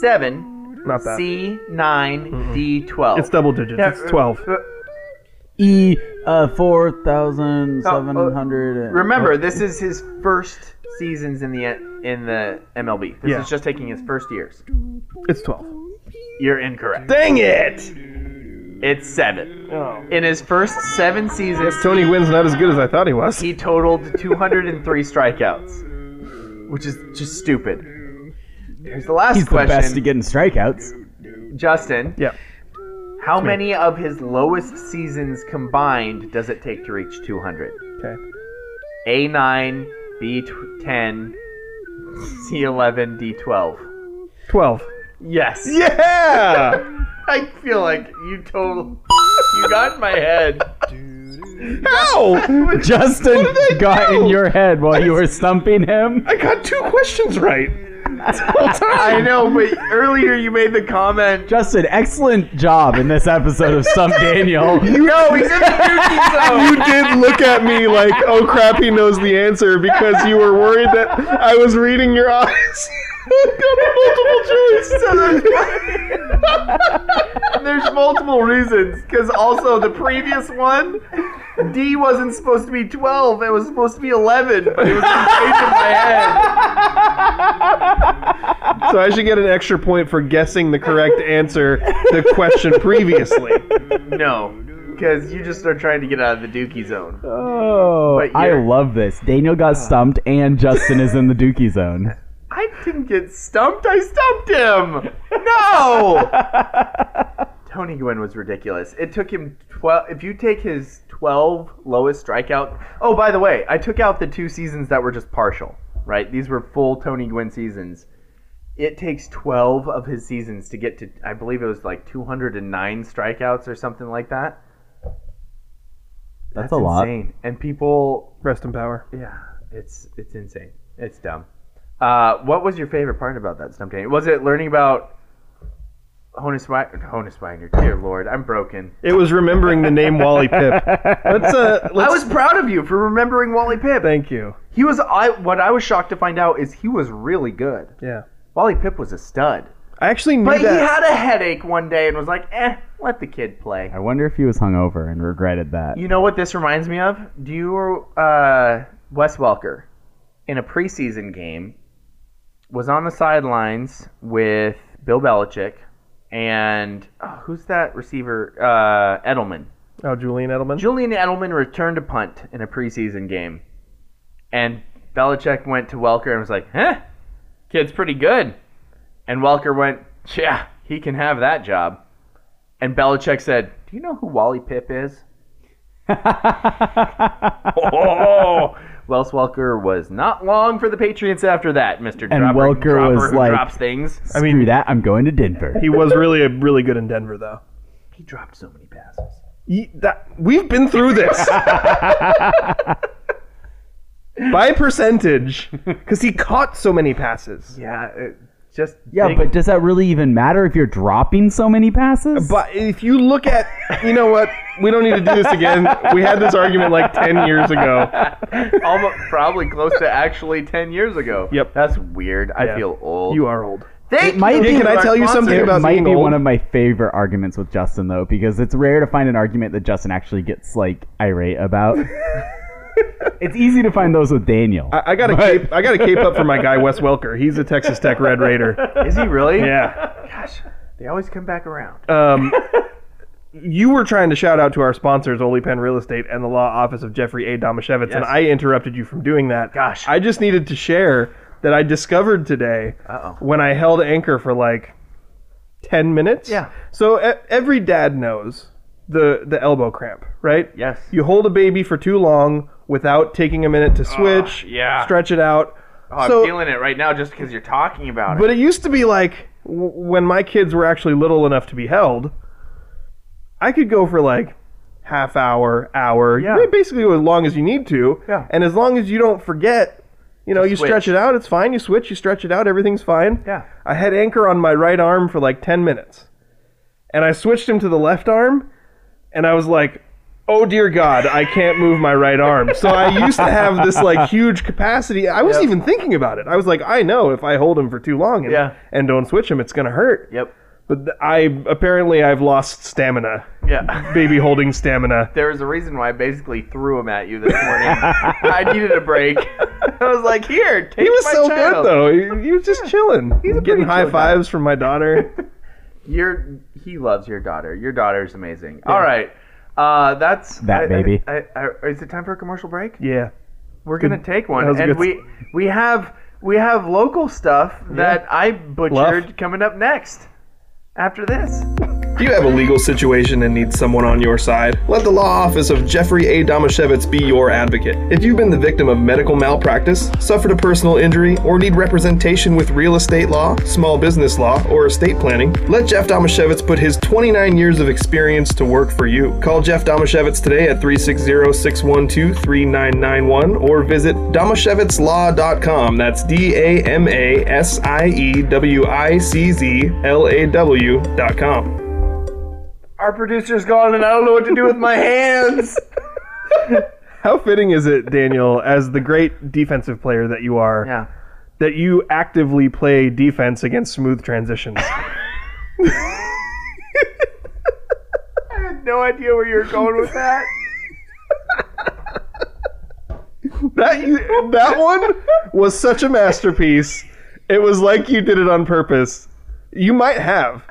S2: 7.
S3: not that.
S2: C, 9. D, 12.
S3: It's double digits.
S2: Yeah,
S3: It's 12.
S2: uh,
S4: E uh, four thousand seven
S3: Oh,
S4: hundred. Oh,
S2: Remember, this is his first seasons in the in the MLB. This
S3: Yeah.
S2: is just taking his first years.
S3: It's 12.
S2: You're incorrect.
S3: Dang it!
S2: It's seven. In his first seven seasons,
S3: Oh. Tony Gwynn's not as good as I thought he was.
S2: he totaled 203 strikeouts, which is just stupid. Here's the last
S4: He's
S2: question,
S4: the best at getting strikeouts.
S2: Justin.
S3: Yeah.
S2: How many of his lowest seasons combined does it take to reach 200?
S3: Okay.
S2: A nine, B tw- ten, C eleven, D twelve.
S3: 12.
S2: Yes.
S3: Yeah!
S2: I feel like you total. You got in my head.
S3: How?
S4: Justin
S3: did I
S4: got
S3: do?
S4: in your head while you were stumping him.
S3: I got two questions right. This whole
S2: I
S3: time.
S2: know, but earlier you made the comment.
S4: Justin, excellent job in this episode of Stump
S2: No,
S4: Daniel.
S2: he's in the dookie zone.
S3: You did look at me like, oh crap, he knows the answer because you were worried that I was reading your eyes.
S2: There's multiple reasons, because also the previous one, D wasn't supposed to be 12, it was supposed to be 11, but it was contained in my head.
S3: So I should get an extra point for guessing the correct answer to the question previously.
S2: No, because you just are trying to get out of the dookie zone.
S4: Oh,
S2: But
S4: I
S2: you're-
S4: love this. Daniel
S3: Ah.
S4: got stumped, and Justin is in the Dookie zone.
S2: I didn't get stumped. I stumped him. No. Tony Gwynn was ridiculous. It took him 12 if you take his 12 lowest strikeout. Oh, by the way, I took out the two seasons that were just partial, right? These were full Tony Gwynn seasons. It takes 12 of his seasons to get to I believe it was like 209 strikeouts or something like that.
S4: That's, a lot.
S2: insane. And people
S3: Rest in power.
S2: yeah, it's it's insane. It's dumb. Uh, what was your favorite part about that stump Daniel? Was it learning about Honus Wagner. Honus Wagner. Dear Lord, I'm broken.
S3: It was remembering the name Wally Pip. Let's uh,
S2: I
S3: let's
S2: was proud of you for remembering Wally Pipp.
S3: thank you.
S2: He was. I. What I was shocked to find out is he was really good.
S3: Yeah,
S2: Wally Pipp was a stud.
S3: I actually knew
S2: But
S3: that.
S2: he had a headache one day and was like, "Eh, let the kid play."
S4: I wonder if he was hungover and regretted that.
S2: You know what this reminds me of? Do you, uh, Wes Welker, in a preseason game, was on the sidelines with Bill Belichick and oh, who's that receiver? Uh, Edelman.
S3: oh, Julian Edelman.
S2: Julian Edelman returned a punt in a preseason game, and Belichick went to Welker and was like, "Huh, kid's pretty good," and Welker went, "Yeah, he can have that job," and Belichick said, "Do you know who Wally Pip is?" Oh, Wes Welker was not long for the Patriots after that, Mister.
S4: And
S2: Dropper,
S4: Welker
S2: Dropper
S4: was
S2: who
S4: like-
S2: drops things.
S4: I mean, Screw that. I'm going to Denver.
S3: he was really a, really good in Denver though.
S2: He dropped so many passes.
S3: Ye- that we've been through this by percentage because he caught so many passes.
S2: Yeah, it just
S4: yeah,
S2: big-
S4: but does that really even matter if you're dropping so many passes?
S3: But if you look at, you know what? We don't need to do this again. We had this argument like ten years ago.
S2: almost probably close to actually 10 years ago.
S3: Yep.
S2: That's weird. I
S3: Yeah.
S2: feel old.
S3: You are old.
S2: Thank
S4: It might
S2: you
S4: be-
S2: to
S4: Can I
S2: our
S3: tell you
S2: sponsor.
S3: something about-
S4: it might be
S3: being old.
S4: one of my favorite arguments with Justin though, because it's rare to find an argument that Justin actually gets like irate about. it's easy to find those with Daniel.
S2: Uh,
S3: I, I gotta cape, I gotta cape up for my guy Wes Welker. He's a Texas Tech Red Raider.
S2: Is he really?
S3: Yeah.
S2: Gosh, they always come back around.
S3: Um, you were trying to shout out to our sponsors, Oli Penn Real Estate and the Law Office of Jeffrey A. Domashevitz, and
S2: Yes.
S3: I interrupted you from doing that.
S2: Gosh.
S3: I just needed to share that I discovered today
S2: Uh-oh.
S3: when I held anchor for like ten minutes.
S2: Yeah.
S3: So e- every dad knows the the elbow cramp, right?
S2: Yes.
S3: You hold a baby for too long without taking a minute to switch.
S2: Ah, yeah.
S3: Stretch it out.
S2: oh,
S3: so-
S2: I'm feeling it right now just because you're talking about it.
S3: But it used to be like w- when my kids were actually little enough to be held, I could go for like half hour, hour,
S2: Yeah.
S3: ba- basically as long as you need to.
S2: Yeah.
S3: And as long as you don't forget, you know, you stretch
S2: switch.
S3: it out, it's fine. You switch, you stretch it out, everything's fine.
S2: Yeah.
S3: I had anchor on my right arm for like 10 minutes. And I switched him to the left arm, and I was like, oh dear God, I can't move my right arm. So I used to have this like huge capacity. I wasn't even thinking about it. I was like, I know if I hold him for too long and,
S2: Yeah.
S3: and don't switch him, it's gonna hurt.
S2: Yep.
S3: But th- I apparently I've lost stamina,
S2: Yeah.
S3: baby holding stamina.
S2: There was a reason why I basically threw him at you this morning. I needed a break. I was like, here, take
S3: He was
S2: my
S3: so
S2: child.
S3: good though. He, he was just chilling. He's getting
S2: pretty
S3: high
S2: chill guy.
S3: fives from my daughter.
S2: Your he loves your daughter. Your daughter's amazing. All right. Uh, that's
S4: That
S2: I- I-
S4: baby.
S2: I, I, is it time for a commercial break?
S3: yeah.
S2: We're gonna take one,
S3: that was a
S2: and
S3: good-
S2: we we have we have local stuff that I butchered
S3: Bluff.
S2: coming up next. After this,
S3: Do you have a legal situation and need someone on your side? Let the law office of Jeffrey A. Domashevitz be your advocate. If you've been the victim of medical malpractice, suffered a personal injury, or need representation with real estate law, small business law, or estate planning, let Jeff Domashevitz put his 29 years of experience to work for you. Call Jeff Domashevitz today at 360 612 3991 or visit domashevitzlaw.com. That's D A M A S I E W I C Z L A W.com.
S2: our producer's gone, and I don't know what to do with my hands.
S3: How fitting is it, Daniel, as the great defensive player that you are,
S2: Yeah,
S3: that you actively play defense against smooth transitions?
S2: I had no idea where you were going with that.
S3: that you, that one was such a masterpiece. It was like you did it on purpose. You might have.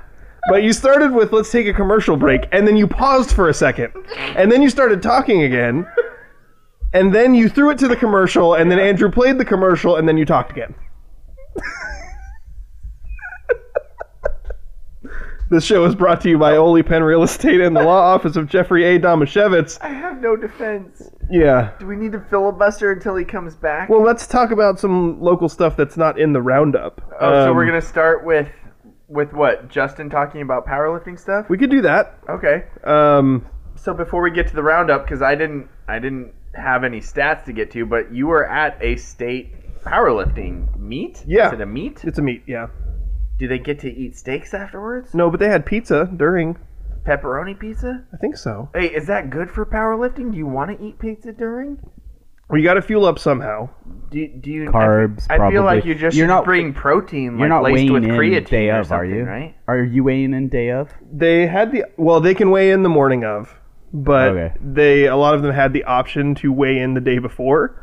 S3: But you started with let's take a commercial break and then you paused for a second. And then you started talking again. And then you threw it to the commercial and then Andrew played the commercial and then you talked again. This show is brought to you by Ole Penn Real Estate and the law office of Jeffrey A. Domashevitz.
S2: I have no defense.
S3: Yeah.
S2: Do we need to filibuster until he comes back?
S3: Well, let's talk about some local stuff that's not in the roundup.
S2: oh, so
S3: Um,
S2: we're gonna start with with what Justin talking about powerlifting stuff.
S3: we could do that.
S2: Okay.
S3: Um,
S2: So before we get to the roundup, because I didn't I didn't have any stats to get to, but you were at a state powerlifting meet.
S3: Yeah.
S2: Is it a meet?
S3: it's a meet, yeah.
S2: Do they get to eat steaks afterwards?
S3: No, but they had pizza during.
S2: Pepperoni pizza?
S3: I think so.
S2: Hey, is that good for powerlifting? Do you want to eat pizza during?
S3: We got to fuel up somehow.
S2: Do, do you I-
S4: Carbs,
S2: I, feel like
S4: probably.
S2: you just
S4: You're
S2: should
S4: not-
S2: bring protein like
S4: You're not
S2: laced
S4: weighing
S2: with
S4: in
S2: creatine
S4: day
S2: or
S4: of, are
S2: something,
S4: you?
S2: right?
S4: Are you weighing in day of?
S3: They had the well, they can weigh in the morning of, but
S4: Okay.
S3: they a lot of them had the option to weigh in the day before.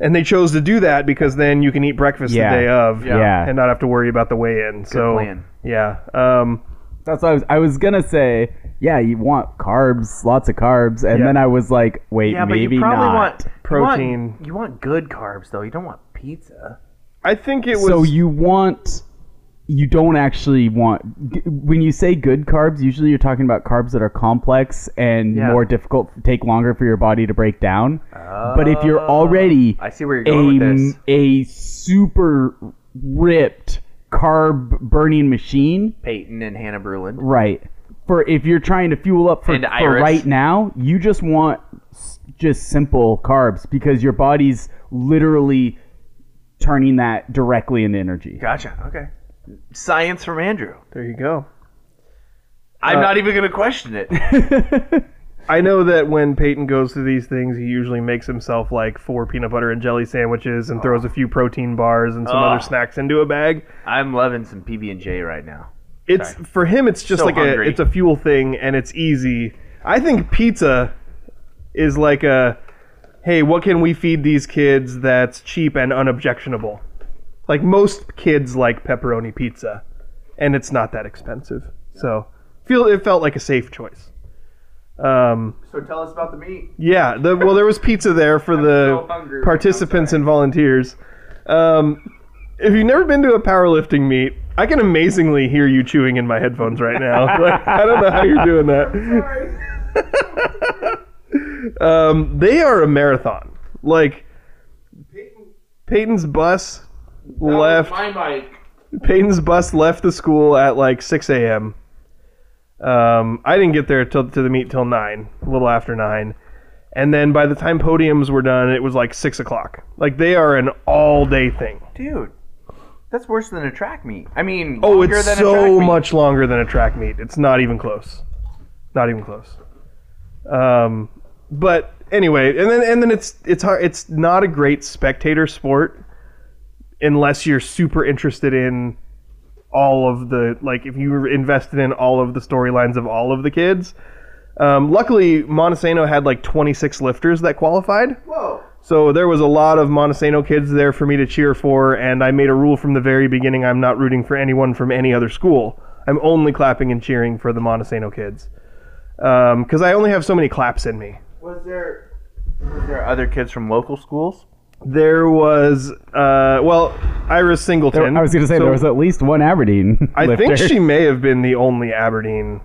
S3: And they chose to do that because then you can eat breakfast
S4: Yeah.
S3: the day of
S4: Yeah. Yeah.
S3: and not have to worry about the weigh in. So
S2: plan.
S3: yeah. Um
S4: That's what I was. I was gonna say, yeah, you want carbs, lots of carbs, and
S3: Yeah.
S4: then I was like, wait,
S2: Yeah, but
S4: maybe
S2: you probably
S4: not.
S2: want You
S3: Protein.
S2: want, you want good carbs though. You don't want pizza.
S3: I think it was
S4: so you want, you don't actually want. g- When you say good carbs, usually you're talking about carbs that are complex and
S2: Yeah.
S4: more difficult, take longer for your body to break down. but if you're already
S2: Oh, I see where you're going
S4: a,
S2: with this.
S4: a super ripped carb burning machine,
S2: Peyton and Hannah Bruland.
S4: Right. For if you're trying to fuel up for,
S2: And
S4: for
S2: Iris.
S4: right now, you just want s- just simple carbs because your body's literally turning that directly into energy.
S2: Gotcha. Okay. Science from Andrew.
S3: There you go.
S2: I'm not even gonna question it.
S3: I know that when Peyton goes through these things, he usually makes himself like four peanut butter and jelly sandwiches and throws a few protein bars and some
S2: Oh.
S3: other snacks into a bag.
S2: I'm loving some PB and J right now.
S3: It's for him. It's just
S2: So
S3: like
S2: hungry.
S3: a it's a fuel thing, and it's easy. I think pizza is like a hey, what can we feed these kids that's cheap and unobjectionable? Like most kids like pepperoni pizza, and it's not that expensive. So feel it felt like a safe choice. Um,
S2: So tell us about the meat.
S3: yeah, the, well, there was pizza there for the
S2: so hungry right now,
S3: participants and volunteers. Um, if you've never been to a powerlifting meet, I can amazingly hear you chewing in my headphones right now. Like, I don't know how you're doing that. um, they are a marathon. Like Peyton's bus left. Peyton's bus left the school at like 6 a.m. Um, I didn't get there till, to the meet till 9, a little after 9. And then by the time podiums were done, it was like 6 o'clock. Like they are an all day thing.
S2: Dude, that's worse than a track meet. I mean,
S3: Oh,
S2: longer
S3: it's
S2: than a track
S3: so
S2: meet.
S3: much longer than a track meet. It's not even close. Not even close. Um, but anyway, and then and then it's it's hard, it's not a great spectator sport unless you're super interested in all of the like if you were invested in all of the storylines of all of the kids. Um, luckily, Montesano had like 26 lifters that qualified.
S2: Whoa.
S3: So there was a lot of Montesano kids there for me to cheer for, and I made a rule from the very beginning: I'm not rooting for anyone from any other school. I'm only clapping and cheering for the Montesano kids, because I only have so many claps in me.
S2: Was there? Was there other kids from local schools?
S3: There was, uh, well, Iris
S4: There-
S3: Singleton.
S4: I was gonna say
S3: So
S4: there was at least one Aberdeen.
S3: I
S4: lifter.
S3: think she may have been the only Aberdeen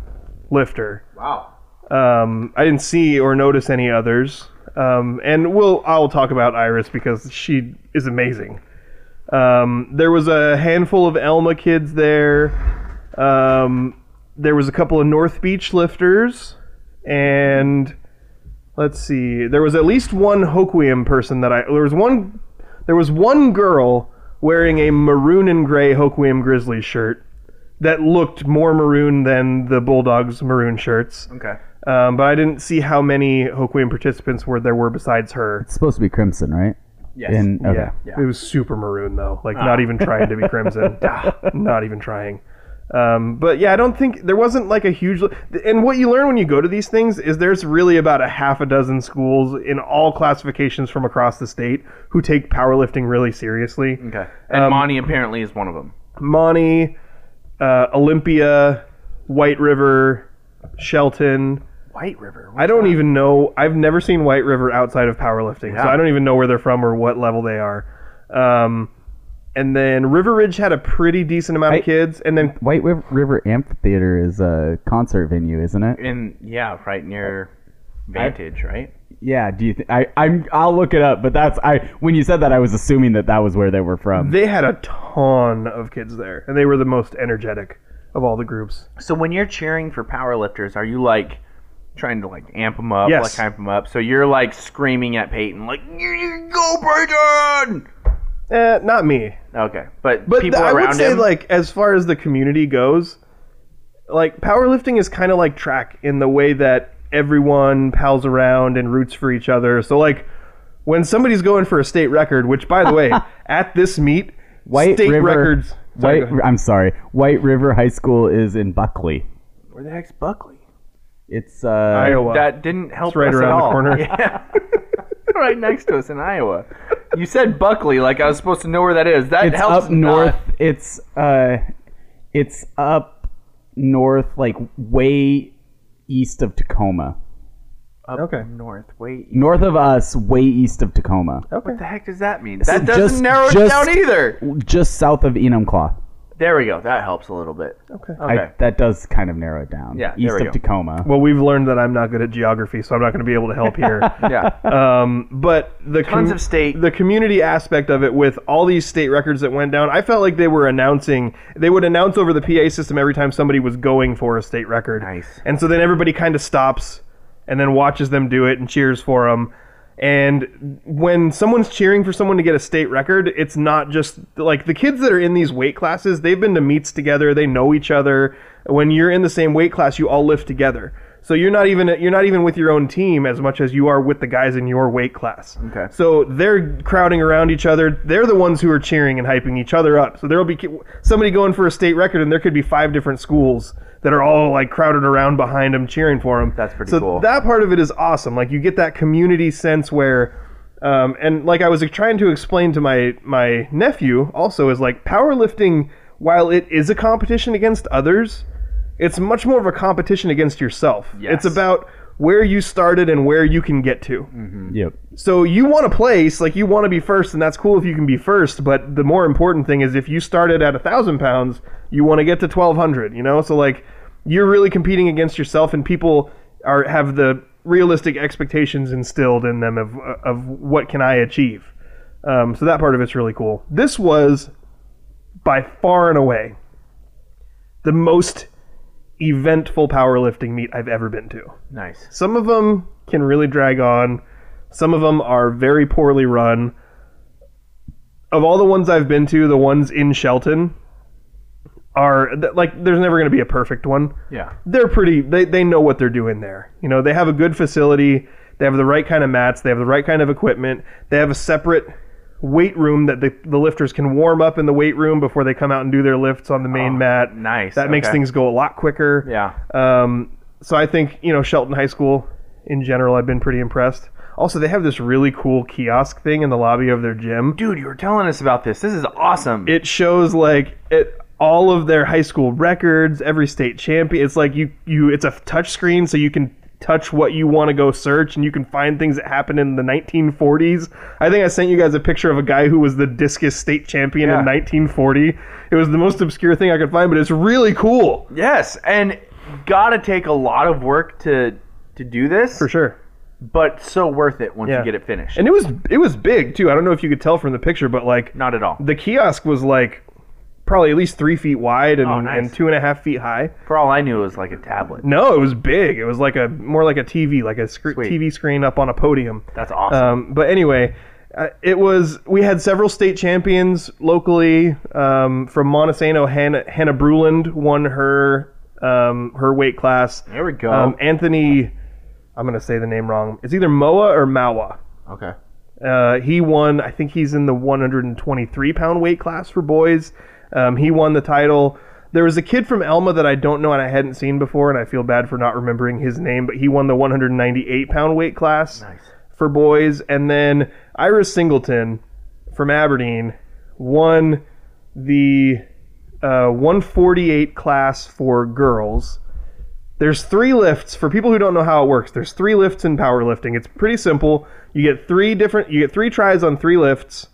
S3: lifter.
S2: Wow.
S3: Um, I didn't see or notice any others. Um, and we'll I'll talk about Iris because she is amazing. Um, there was a handful of Elma kids there. Um, there was a couple of North Beach lifters, and let's see, there was at least one Hoquiam person that I there was one there was one girl wearing a maroon and gray Hoquiam Grizzlies shirt that looked more maroon than the Bulldogs maroon shirts.
S2: Okay.
S3: Um, but I didn't see how many Hoquiam participants were there were besides her.
S4: it's supposed to be crimson, right?
S2: Yes.
S4: In- okay.
S3: Yeah. It was super maroon though. Like not even trying to be crimson. not even trying. Um, but yeah, I don't think there wasn't like a huge. And what you learn when you go to these things is there's really about a half a dozen schools in all classifications from across the state who take powerlifting really seriously.
S2: Okay. And Monty apparently is one of them.
S3: Monty, uh, Olympia, White River, Shelton.
S2: White River.
S3: I don't even know. I've never seen White River outside of powerlifting, so
S2: Yeah.
S3: I don't even know where they're from or what level they are. Um, and then River Ridge had a pretty decent amount
S4: I-
S3: of kids, and then
S4: White Wi- River Amphitheater is a concert venue, isn't it?
S2: In yeah, right near Vantage, right?
S4: Yeah. Do you? Th- I I'm I'll look it up, but that's I when you said that I was assuming that that was where they were from.
S3: they had a ton of kids there, and they were the most energetic of all the groups.
S2: So when you're cheering for powerlifters, are you like trying to like amp them up,
S3: Yes.
S2: like hype them up? So you're like screaming at Peyton, like "You- you go Peyton,
S3: Eh, not me.
S2: Okay, but,
S3: But
S2: people
S3: th- I
S2: around
S3: would say,
S2: him.
S3: like, as far as the community goes, like powerlifting is kind of like track in the way that everyone pals around and roots for each other. So, like, when somebody's going for a state record, which, by the way, at this meet,
S4: White
S3: state
S4: River-
S3: records. Sorry,
S4: White,
S3: go ahead.
S4: I'm sorry. White River High School is in Buckley.
S2: where the heck's Buckley?
S4: It's uh,
S3: Iowa.
S2: That didn't help
S3: Oh, It's right
S2: us at
S3: around the
S2: all.
S3: corner.
S2: Yeah. right next to us in Iowa. You said Buckley, like I was supposed to know where that is. That
S4: it's
S2: helps.
S4: up north.
S2: not.
S4: It's uh, it's up north, like way east of Tacoma.
S2: Up
S3: Okay.
S2: North. Wait.
S4: North of us, way east of Tacoma.
S2: What the heck does that mean? That doesn't
S4: just-
S2: narrow it
S4: just-
S2: down either.
S4: Just south of Enumclaw.
S2: There we go. That helps a little bit.
S3: Okay.
S2: Okay.
S4: I, that does kind of narrow it down.
S2: Yeah, there
S4: east
S2: we
S4: of
S2: go.
S4: Tacoma.
S3: Well, we've learned that I'm not good at geography, so I'm not going to be able to help here.
S2: yeah.
S3: Um, but the
S2: Tons of state.
S3: the community aspect of it with all these state records that went down, I felt like they were announcing. They would announce over the PA system every time somebody was going for a state record.
S2: Nice.
S3: And so then everybody kind of stops and then watches them do it and cheers for them. And when someone's cheering for someone to get a state record, it's not just like the kids that are in these weight classes, they've been to meets together, they know each other. When you're in the same weight class, you all lift together. So you're not even you're not even with your own team as much as you are with the guys in your weight class.
S2: Okay.
S3: So they're crowding around each other. They're the ones who are cheering and hyping each other up. So there'll be ki- somebody going for a state record, and there could be five different schools that are all like crowded around behind them, cheering for them.
S2: That's pretty
S3: so
S2: cool.
S3: That part of it is awesome. Like you get that community sense where. Um, and like I was like, trying to explain to my my nephew, also is like powerlifting. While it is a competition against others, it's much more of a competition against yourself.
S2: Yes.
S3: It's about where you started and where you can get to.
S2: Mm-hmm.
S4: yep.
S3: So you want a place, like you want to be first, and that's cool if you can be first. But the more important thing is if you started at a thousand pounds, you want to get to twelve hundred. You know, so like you're really competing against yourself, and people are have the realistic expectations instilled in them of of what can I achieve. Um, so that part of it's really cool. This was by far and away the most eventful powerlifting meet I've ever been to.
S2: Nice.
S3: Some of them can really drag on. Some of them are very poorly run. Of all the ones I've been to, the ones in Shelton are th- like there's never going to be a perfect one.
S2: Yeah.
S3: They're pretty they they know what they're doing there. You know, they have a good facility, they have the right kind of mats, they have the right kind of equipment. They have a separate weight room that the, the lifters can warm up in the weight room before they come out and do their lifts on the main mat.
S2: Oh, nice.
S3: That makes
S2: Okay.
S3: things go a lot quicker.
S2: Yeah.
S3: Um, so I think you know Shelton High School in general, I've been pretty impressed. Also, they have this really cool kiosk thing in the lobby of their gym.
S2: Dude, you were telling us about this. This is awesome.
S3: It shows like it, all of their high school records, every state champion. It's like you you it's a touch screen, so you can touch what you want to go search and you can find things that happened in the 1940s. I think I sent you guys a picture of a guy who was the discus state champion
S2: Yeah.
S3: in 1940. It was the most obscure thing I could find, but it's really cool.
S2: yes, and gotta take a lot of work to to do this,
S3: For sure.
S2: but so worth it once
S3: Yeah.
S2: you get it finished.
S3: and it was it was big too. I don't know if you could tell from the picture, but like
S2: Not at all.
S3: the kiosk was like probably at least three feet wide and,
S2: Oh, nice.
S3: and two and a half feet high.
S2: For all I knew, it was like a tablet.
S3: No, it was big. It was like a more like a TV, like a scre-
S2: Sweet.
S3: TV screen up on a podium.
S2: That's awesome.
S3: Um, but anyway, uh, it was. We had several state champions locally um, from Montesano. Hannah, Hannah Bruland won her um, her weight class.
S2: there we go.
S3: Um, Anthony, I'm gonna say the name wrong. It's either Moa or Mawa.
S2: okay.
S3: Uh, he won. I think he's in the 123 pound weight class for boys. Um, he won the title. There was a kid from Elma that I don't know and I hadn't seen before, and I feel bad for not remembering his name. But he won the 198 pound weight class for boys, and then Iris Singleton from Aberdeen won the uh, 148 class for girls. There's three lifts for people who don't know how it works. There's three lifts in powerlifting. It's pretty simple. You get three different you get three tries on three lifts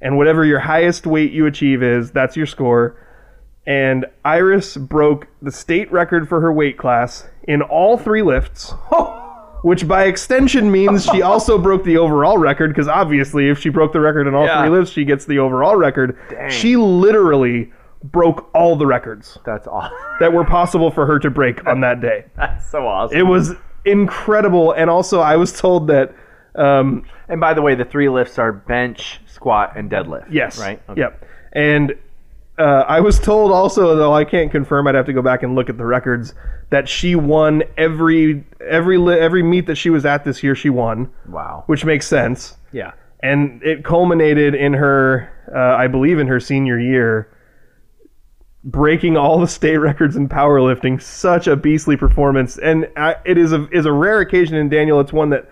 S3: and whatever your highest weight you achieve is, that's your score. And Iris broke the state record for her weight class in all three lifts. Which by extension means she also broke the overall record because obviously if she broke the record in all
S2: Yeah.
S3: three lifts, she gets the overall record. She literally broke all the records
S2: That's awesome.
S3: that were possible for her to break on that day.
S2: That's so awesome.
S3: It was incredible, and also I was told that Um,
S2: And by the way, the three lifts are bench, squat, and deadlift.
S3: Yes.
S2: Right?
S3: Yep. And uh, I was told also, though I can't confirm, I'd have to go back and look at the records that she won every every li- every meet that she was at this year. She won,
S2: Wow.
S3: which makes sense.
S2: Yeah.
S3: And it culminated in her, uh, I believe, in her senior year, breaking all the state records in powerlifting. Such a beastly performance, and I, it is a is a rare occasion. And Daniel, it's one that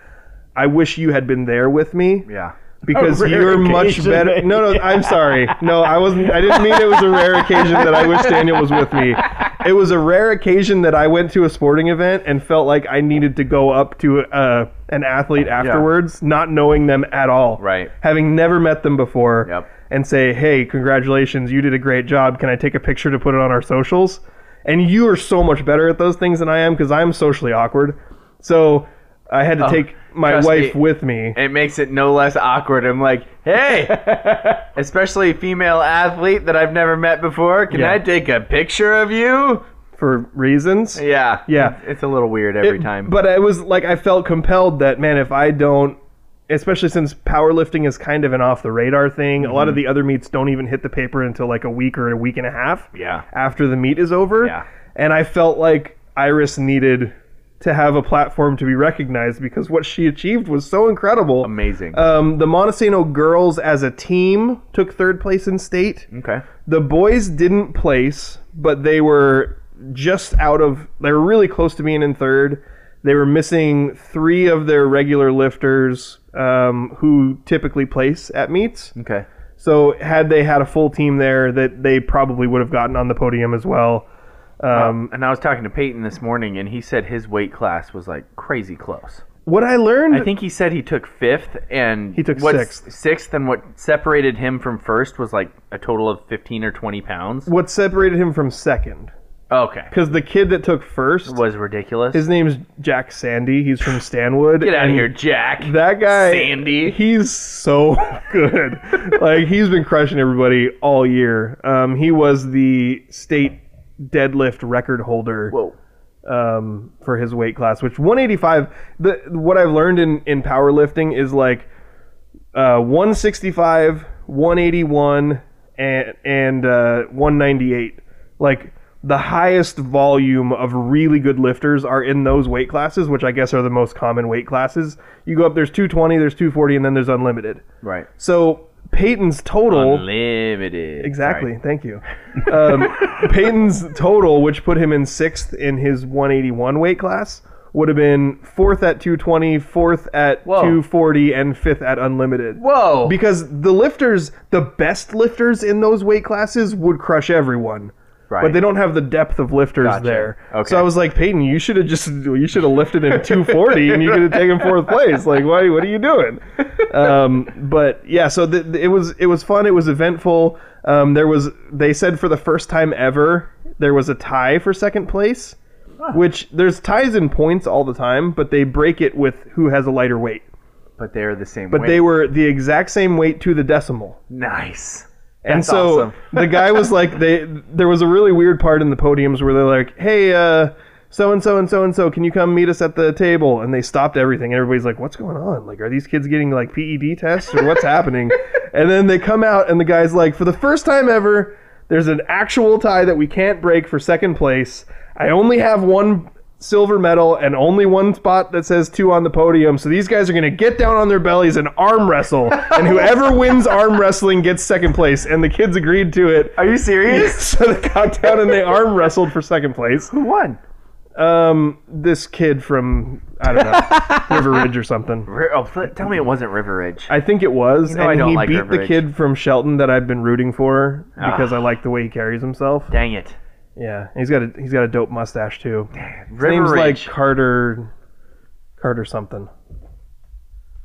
S3: I wish you had been there with me
S2: Yeah.
S3: because
S4: A rare
S3: you're much
S4: occasion,
S3: better.
S4: eh?
S3: No, no, I'm sorry. No, I wasn't. I didn't mean it was a rare occasion that I wish Daniel was with me. It was a rare occasion that I went to a sporting event and felt like I needed to go up to uh, an athlete afterwards, not knowing them at all,
S2: Right.
S3: Having never met them before,
S2: Yep.
S3: and say, "Hey, congratulations, you did a great job. Can I take a picture to put it on our socials?" And you are so much better at those things than I am because I'm socially awkward. So I had to take my
S2: Oh, trust
S3: wife
S2: me.
S3: with me.
S2: It makes it no less awkward. I'm like, hey, especially female athlete that I've never met before. Can
S3: Yeah.
S2: I take a picture of you?
S3: for reasons.
S2: Yeah.
S3: Yeah.
S2: It's a little weird every
S3: It-
S2: time.
S3: But I was like, I felt compelled that man, if I don't, especially since powerlifting is kind of an off the radar thing, a
S2: Mm-hmm.
S3: lot of the other meets don't even hit the paper until like a week or a week and a half.
S2: Yeah.
S3: After the meet is over.
S2: Yeah.
S3: And I felt like Iris needed to have a platform to be recognized because what she achieved was so incredible.
S2: Amazing.
S3: Um, the Montesano girls as a team took third place in state.
S2: okay.
S3: The boys didn't place, but they were just out of. They were really close to being in third. They were missing three of their regular lifters um, who typically place at meets.
S2: Okay.
S3: So had they had a full team there, that they probably would have gotten on the podium as well. Um,
S2: And I was talking to Peyton this morning, and he said his weight class was like crazy close.
S3: what I learned,
S2: I think he said he took fifth, and he
S3: took sixth.
S2: Sixth, and what separated him from first was like a total of fifteen or twenty pounds.
S3: what separated him from second,
S2: Okay,
S3: because the kid that took first,
S2: was ridiculous.
S3: his name's Jack Sandy. He's from Stanwood.
S2: Get out of
S3: and
S2: here, Jack.
S3: That guy,
S2: Sandy.
S3: he's so good. like he's been crushing everybody all year. Um, he was the state deadlift record holder
S2: Whoa.
S3: um, for his weight class, which 185. The what I've learned in in powerlifting is like uh, 165, 181, and and uh, 198. Like the highest volume of really good lifters are in those weight classes, which I guess are the most common weight classes. You go up, there's 220, there's 240, and then there's unlimited.
S2: Right.
S3: So Peyton's total.
S2: Limited.
S3: Exactly. Thank you. Um, Peyton's total, which put him in sixth in his 181 weight class, would have been fourth at 220, fourth at
S2: Whoa.
S3: 240, and fifth at unlimited.
S2: Whoa.
S3: Because the lifters, the best lifters in those weight classes, would crush everyone.
S2: Right.
S3: But they don't have the depth of lifters there.
S2: Okay.
S3: So I was like, Peyton, you should have just you should have lifted him 240 and you could have taken fourth place. Like, why? What are you doing? Um, but yeah, so th- th- it was it was fun. It was eventful. Um, there was they said for the first time ever there was a tie for second place, which there's ties in points all the time, but they break it with who has a lighter weight.
S2: But they're the same.
S3: But they were the exact same weight to the decimal
S2: nice.
S3: and
S2: That's
S3: so
S2: awesome.
S3: the guy was like they there was a really weird part in the podiums where they're like hey uh so and so and so and so can you come meet us at the table and they stopped everything and everybody's like what's going on like are these kids getting like ped tests or what's happening and then they come out and the guy's like for the first time ever there's an actual tie that we can't break for second place i only have one silver medal and only one spot that says two on the podium. So these guys are going to get down on their bellies and arm wrestle. And whoever wins arm wrestling gets second place. And the kids agreed to it.
S2: Are you serious?
S3: So they got down and they arm wrestled for second place.
S2: Who won?
S3: Um, this kid from, I don't know, River Ridge or something.
S2: Ri- Oh, fl- tell me it wasn't River Ridge.
S3: I think it was.
S2: know I
S3: and
S2: don't
S3: he
S2: like
S3: beat
S2: River
S3: the
S2: Ridge. Ah.
S3: kid from Shelton that I've been rooting for because I like the way he carries himself.
S2: Dang it.
S3: Yeah. He's got a he's got a dope mustache too. His
S2: River
S3: name's like
S2: Ridge.
S3: Carter Carter something.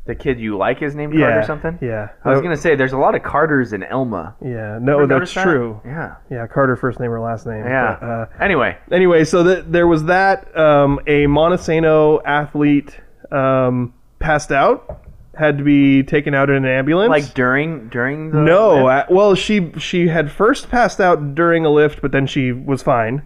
S2: the kid you like is named
S3: yeah,
S2: Carter or something?
S3: Yeah.
S2: I
S3: Oh,
S2: was going to say, there's a lot of Carters in Elma.
S3: Yeah, no, that's
S2: Notice that?
S3: true.
S2: Yeah.
S3: Yeah, Carter first name or last name.
S2: Yeah.
S3: But, uh,
S2: anyway,
S3: anyway, so th- there was that. Um, a Montesano athlete um, passed out, had to be taken out in an ambulance. uh,
S2: like during during the
S3: no, I, well, she she had first passed out during a lift, but then she was fine,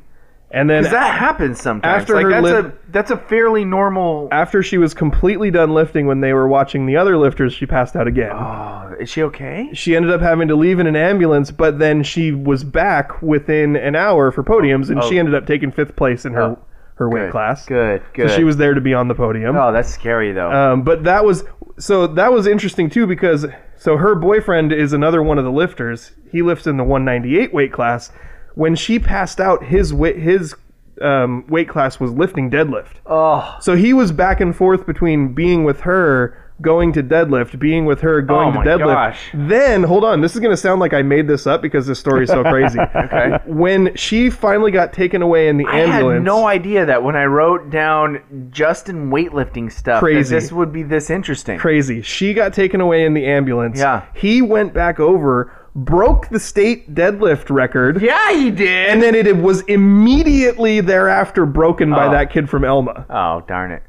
S3: And then
S2: 'Cause that happens sometimes.
S3: After
S2: like
S3: her
S2: that's
S3: lip-
S2: a that's a fairly normal.
S3: after she was completely done lifting, when they were watching the other lifters, she passed out again.
S2: Oh, is she okay?
S3: She ended up having to leave in an ambulance, but then she was back within an hour for podiums, and
S2: Oh.
S3: she ended up taking fifth place in her
S2: Oh.
S3: her weight
S2: Good,
S3: class.
S2: Good. Good.
S3: So she was there to be on the podium.
S2: Oh, that's scary though.
S3: Um, but that was so that was interesting too because so her boyfriend is another one of the lifters. He lifts in the 198 weight class. When she passed out, his weight his um, weight class was lifting deadlift.
S2: oh,
S3: So he was back and forth between being with her, going to deadlift, being with her, going
S2: Oh
S3: to
S2: my
S3: deadlift.
S2: gosh.
S3: Then, hold on, this is going to sound like I made this up because this story is so crazy. okay. When she finally got taken away in the
S2: I
S3: ambulance.
S2: had no idea that when I wrote down Justin weightlifting stuff, that
S3: Crazy.
S2: this would be this interesting.
S3: crazy. She got taken away in the ambulance.
S2: Yeah.
S3: He went back over, broke the state deadlift record.
S2: Yeah, he did.
S3: And then it, it was immediately thereafter broken by
S2: Oh.
S3: that kid from Elma.
S2: oh darn it!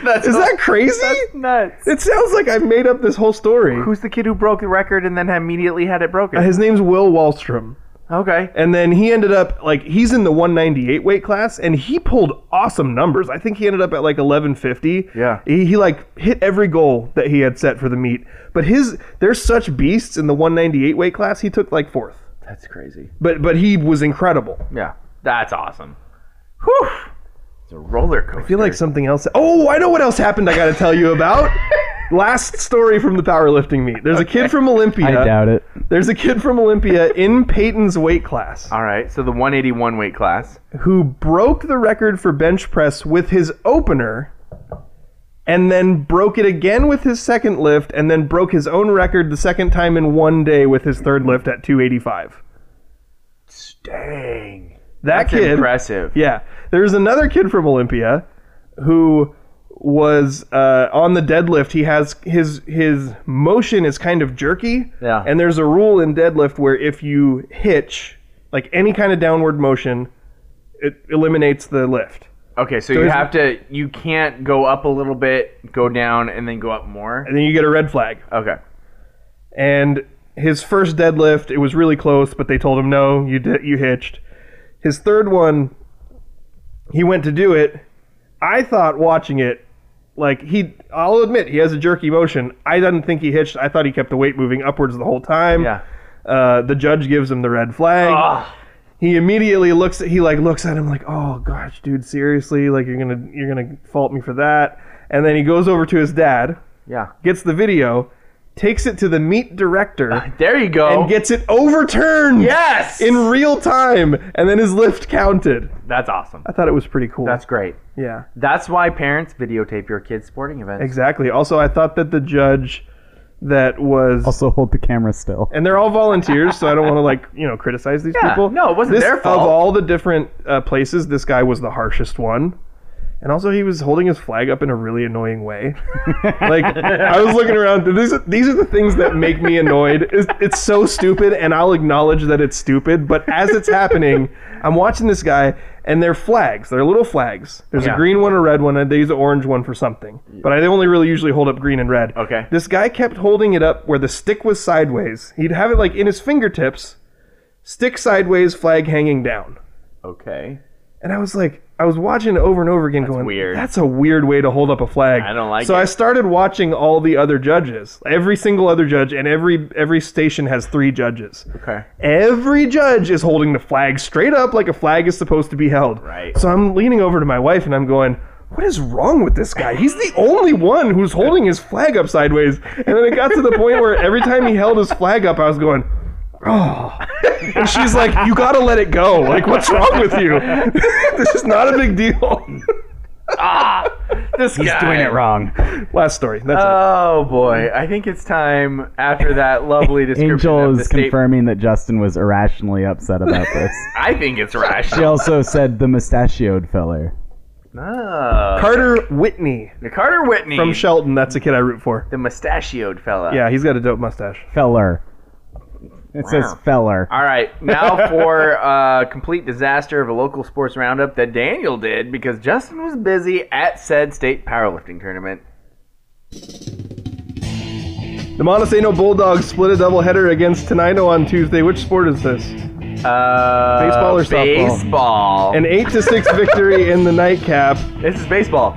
S3: Is that crazy?
S2: Nuts.
S3: It sounds like I made up this whole story.
S2: Who's the kid who broke the record and then immediately had it broken?
S3: His name's Will Wallstrom.
S2: okay.
S3: And then he ended up like he's in the 198 weight class, and he pulled awesome numbers. I think he ended up at like 1150.
S2: Yeah.
S3: he, he like hit every goal that he had set for the meet. But his they're such beasts in the 198 weight class. He took like fourth,
S2: That's crazy.
S3: but but he was incredible.
S2: Yeah, that's awesome. Whew. It's a roller coaster.
S3: I feel like something else. Oh, I know what else happened. I got to tell you about. Last story from the powerlifting meet. There's a kid from
S2: Uh,
S3: Olympia.
S4: I doubt it.
S3: There's a kid from Olympia in Peyton's weight class.
S2: All right, so the 181 weight class.
S3: who broke the record for bench press with his opener and then broke it again with his second lift and then broke his own record the second time in one day with his third lift at 285.
S2: Dang.
S3: That
S2: That's
S3: kid
S2: impressive.
S3: Yeah. There's another kid from Olympia who was uh, on the deadlift. He has his his motion is kind of jerky.
S2: Yeah.
S3: And there's a rule in deadlift where if you hitch, like any kind of downward motion, it eliminates the lift.
S2: Okay, so, you
S3: he's-
S2: have to, you can't go up a little bit, go down, and then go up more.
S3: and then you get a red flag.
S2: Okay.
S3: And his first deadlift, it was really close, but they told him no, you did, you hitched. His third one, he went to do it. I thought watching it, like he, I'll admit he has a jerky motion. I didn't think he hitched. I thought he kept the weight moving upwards the whole time.
S2: Yeah.
S3: Uh, the judge gives him the red flag.
S2: Ah.
S3: He immediately looks. At, he like looks at him like, "Oh gosh, dude, seriously? Like you're gonna you're gonna fault me for that?" And then he goes over to his dad,
S2: Yeah.
S3: gets the video, takes it to the meat director,
S2: There you go.
S3: and gets it overturned
S2: yes.
S3: in real time, and then his lift counted.
S2: that's awesome.
S3: I thought it was pretty cool.
S2: That's great.
S3: yeah,
S2: That's why parents videotape your kids' sporting events.
S3: exactly. Also, I thought that the judge that was.
S4: Also, hold the camera still.
S3: and they're all volunteers, so I don't want to like you know criticize these
S2: Yeah,
S3: people.
S2: no, it wasn't
S3: this,
S2: their fault.
S3: Of all the different uh, places, this guy was the harshest one, and also he was holding his flag up in a really annoying way. like I was looking around. These these are the things that make me annoyed. It's, it's so stupid, and I'll acknowledge that it's stupid. But as it's happening, I'm watching this guy, and they're flags. They're little flags. There's
S2: Yeah.
S3: a green one, a red one, and they use an orange one for something. But I only really usually hold up green and red.
S2: Okay.
S3: This guy kept holding it up where the stick was sideways. He'd have it like in his fingertips, stick sideways, flag hanging down.
S2: Okay.
S3: And I was like, I was watching it over and over again, going,
S2: weird.
S3: That's a weird way to hold up a flag.
S2: I don't like
S3: So
S2: it.
S3: I started watching all the other judges, every single other judge, and every every station has three judges.
S2: Okay.
S3: Every judge is holding the flag straight up like a flag is supposed to be held.
S2: Right.
S3: So I'm leaning over to my wife and I'm going, What is wrong with this guy? He's the only one who's holding his flag up sideways. And then it got to the point where every time he held his flag up, I was going, Oh. And she's like, You gotta let it go. Like, what's wrong with you? this is not a big deal.
S2: Ah! This
S4: He's doing it wrong.
S3: Last story. That's it.
S2: Oh boy, I think it's time after that lovely description of
S4: Angel
S2: the
S4: is
S2: state.
S4: confirming that Justin was irrationally upset about this.
S2: I think it's
S4: she
S2: rational.
S4: also said the mustachioed feller.
S2: Ah.
S3: Carter Whitney
S2: Carter Whitney
S3: from Shelton. That's a kid I root for.
S2: the mustachioed fella.
S3: Yeah, he's got a dope mustache.
S4: Feller. It says feller.
S2: All right, now for uh, complete disaster of a local sports roundup that Daniel did because Justin was busy at said state powerlifting tournament.
S3: The Montesano Bulldogs split a doubleheader against Tenino on Tuesday. Which sport is this?
S2: Uh,
S3: Baseball or softball?
S2: Baseball.
S3: An eight to six victory in the nightcap.
S2: this is baseball.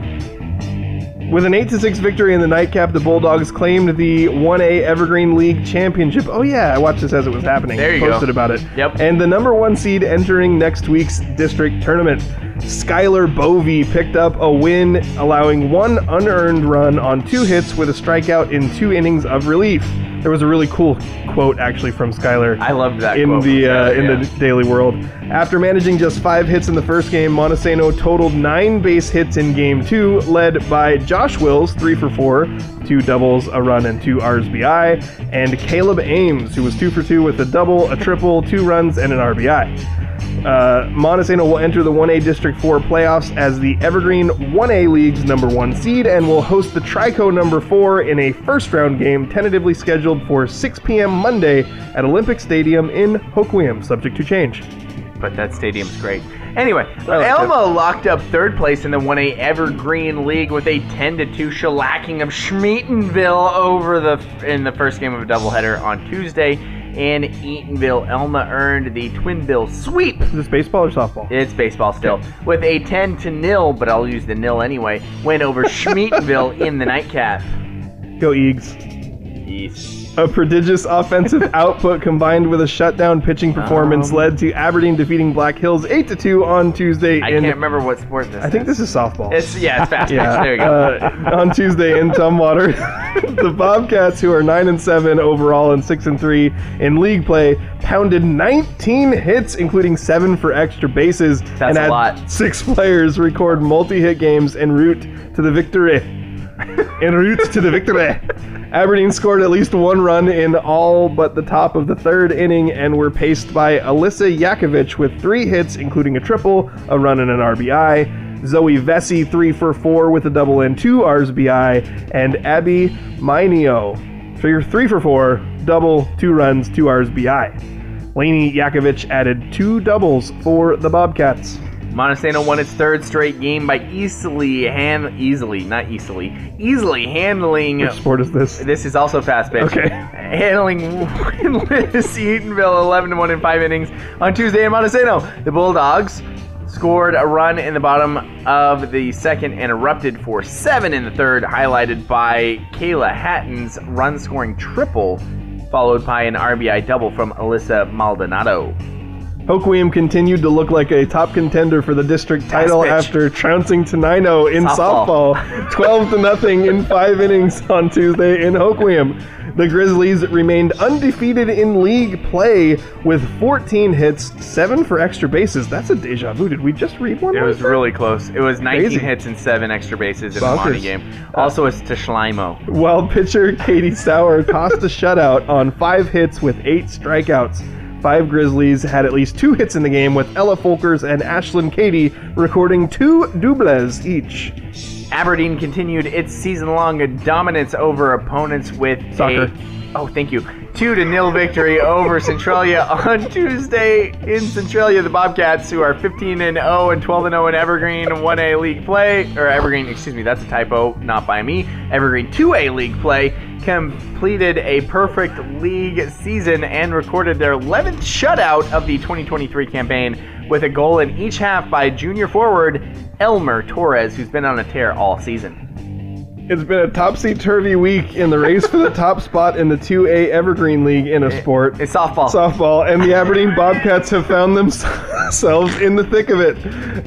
S3: With an eight to six victory in the nightcap, the Bulldogs claimed the 1A Evergreen League championship. Oh yeah, I watched this as it was happening.
S2: There you go.
S3: Posted about it.
S2: Yep.
S3: And the number one seed entering next week's district tournament, Skylar Bovey picked up a win, allowing one unearned run on two hits with a strikeout in two innings of relief. There was a really cool quote actually from Skylar
S2: I loved that.
S3: in
S2: quote.
S3: the uh, in
S2: Yeah.
S3: the Daily World. After managing just five hits in the first game, Montesano totaled nine base hits in game two, led by Josh Wills, three for four, two doubles, a run, and two RBI, and Caleb Ames, who was two for two with a double, a triple, two runs, and an RBI. Uh, Montesano will enter the 1A District 4 playoffs as the Evergreen 1A League's number one seed and will host the Trico number four in a first round game tentatively scheduled for 6 p.m. Monday at Olympic Stadium in Hoquiam, subject to change.
S2: but that stadium's great. Anyway,
S3: like
S2: Elmo locked up third place in the 1A Evergreen League with a 10 to 2 shellacking of Schmeatonville over the in the first game of a doubleheader on Tuesday. In Eatonville, Elma earned the Twin Bill sweep.
S3: Is this baseball or softball?
S2: It's baseball still. With a 10 to nil, but I'll use the nil anyway, win over Schmeatonville in the nightcap.
S3: Go Eags.
S2: Yes.
S3: A prodigious offensive output combined with a shutdown pitching performance
S2: Um,
S3: led to Aberdeen defeating Black Hills 8 to 2 on Tuesday
S2: I
S3: in
S2: can't remember what sport this
S3: I think this is softball.
S2: is. It's, yeah, it's fast.
S3: Yeah.
S2: There you go.
S3: Uh, on Tuesday in Tumwater, the Bobcats, who are nine and seven overall and six and three in league play, pounded 19 hits, including seven for extra bases, and
S2: a
S3: had
S2: lot.
S3: six players record multi-hit games en route to the victory. En route to the victory. Aberdeen scored at least one run in all but the top of the third inning and were paced by Alyssa Yakovich with three hits, including a triple, a run, and an RBI. Zoe Vesey, three for four with a double and two RBI. And Abby Mineo, figure three for four, double, two runs, two RBI. Laney Yakovich added two doubles for the Bobcats.
S2: Montesano won its third straight game by easily hand easily not easily easily handling.
S3: Which sport is this?
S2: This is also fast pitch.
S3: Okay.
S2: Handling winless Eatonville 11 1 in five innings on Tuesday in Montesano. The Bulldogs scored a run in the bottom of the second and erupted for seven in the third, highlighted by Kayla Hatton's run scoring triple, followed by an RBI double from Alyssa Maldonado.
S3: Hoquiam continued to look like a top contender for the district title
S2: pitch.
S3: after trouncing Tenino in
S2: Softball.
S3: softball, 12 to nothing in five innings on Tuesday in Hoquiam. The Grizzlies remained undefeated in league play with 14 hits, seven for extra bases. That's a deja vu. Did we just read one?
S2: It
S3: like
S2: was
S3: that?
S2: really close. It was 19
S3: Crazy.
S2: hits and seven extra bases in the Monty
S3: Bonkers.
S2: game. Also, it's to Schleimo.
S3: While pitcher Katie Sauer tossed a shutout on five hits with eight strikeouts. Five Grizzlies had at least two hits in the game, with Ella Folkers and Ashlyn Katie recording two doubles each.
S2: Aberdeen continued its season-long dominance over opponents with
S3: Soccer.
S2: a oh, thank you, two to nil victory over Centralia on Tuesday in Centralia. The Bobcats, who are 15 and 0 and 12 and 0 in Evergreen 1A league play, or Evergreen, excuse me, that's a typo, not by me. Evergreen 2A league play completed a perfect league season and recorded their 11th shutout of the 2023 campaign with a goal in each half by junior forward Elmer Torres, who's been on a tear all season.
S3: It's been a topsy turvy week in the race for the top spot in the 2A Evergreen League in a sport.
S2: It's softball.
S3: softball, and the Aberdeen Bobcats have found themselves in the thick of it.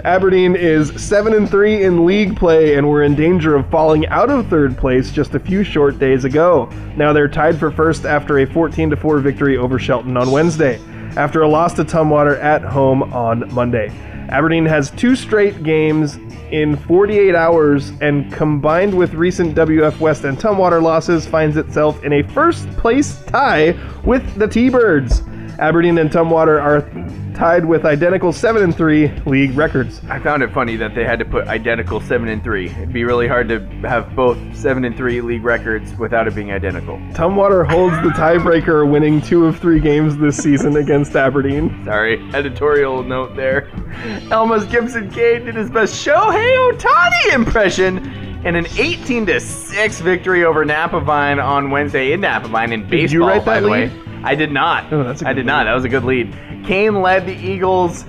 S3: Aberdeen is seven and three in league play, and were in danger of falling out of third place just a few short days ago. Now they're tied for first after a 14 to four victory over Shelton on Wednesday, after a loss to Tumwater at home on Monday. Aberdeen has two straight games in 48 hours and combined with recent WF West and Tumwater losses finds itself in a first place tie with the T-Birds. Aberdeen and Tumwater are tied with identical 7 and 3 league records.
S2: I found it funny that they had to put identical seven and three. It'd be really hard to have both seven and three league records without it being identical.
S3: Tumwater holds the tiebreaker winning 2 of 3 games this season against Aberdeen.
S2: Sorry, editorial note there. Elmas Gibson Kane did his best Shohei Otani impression in an 18 to 6 victory over Napavine on Wednesday in Napavine in baseball.
S3: you write
S2: by
S3: that
S2: the
S3: lead?
S2: way, I did not.
S3: Oh, that's a
S2: I
S3: good
S2: did not. That was a good lead. Kane led the Eagles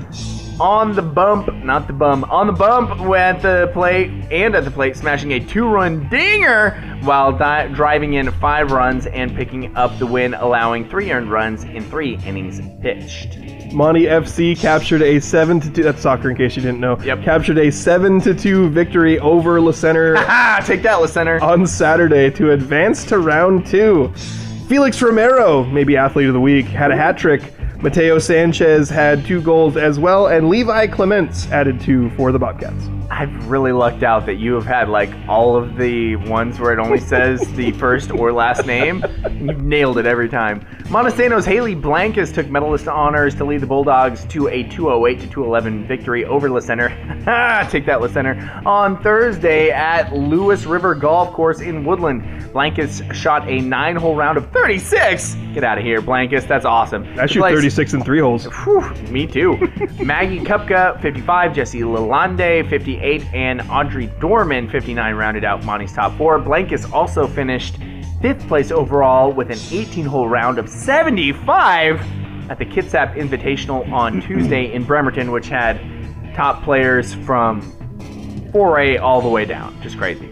S2: on the bump, not the bum, on the bump at the plate and at the plate, smashing a two-run dinger while di- driving in five runs and picking up the win, allowing three earned runs in three innings pitched.
S3: Monty FC captured a seven to two. That's soccer, in case you didn't know.
S2: Yep.
S3: Captured a seven to two victory over La Center
S2: Ah, take that, listener.
S3: on Saturday to advance to round two. Felix Romero, maybe athlete of the week, had a hat trick. Mateo Sanchez had two goals as well, and Levi Clements added two for the Bobcats.
S2: I've really lucked out that you have had like all of the ones where it only says the first or last name. You've nailed it every time. Montesano's Haley Blancas took medalist honors to lead the Bulldogs to a 208 to 211 victory over La Center. Take that, La Center. On Thursday at Lewis River Golf Course in Woodland, Blancas shot a nine-hole round of 36. Get out of here, Blancas. That's awesome. The
S3: I shoot
S2: place-
S3: 36 and three holes.
S2: Whew, me too. Maggie Kupka, 55, Jesse Lalande, 58, and Audrey Dorman, 59, rounded out Monty's top four. Blankus also finished fifth place overall with an 18 hole round of 75 at the Kitsap Invitational on Tuesday in Bremerton, which had top players from 4A all the way down. Just crazy.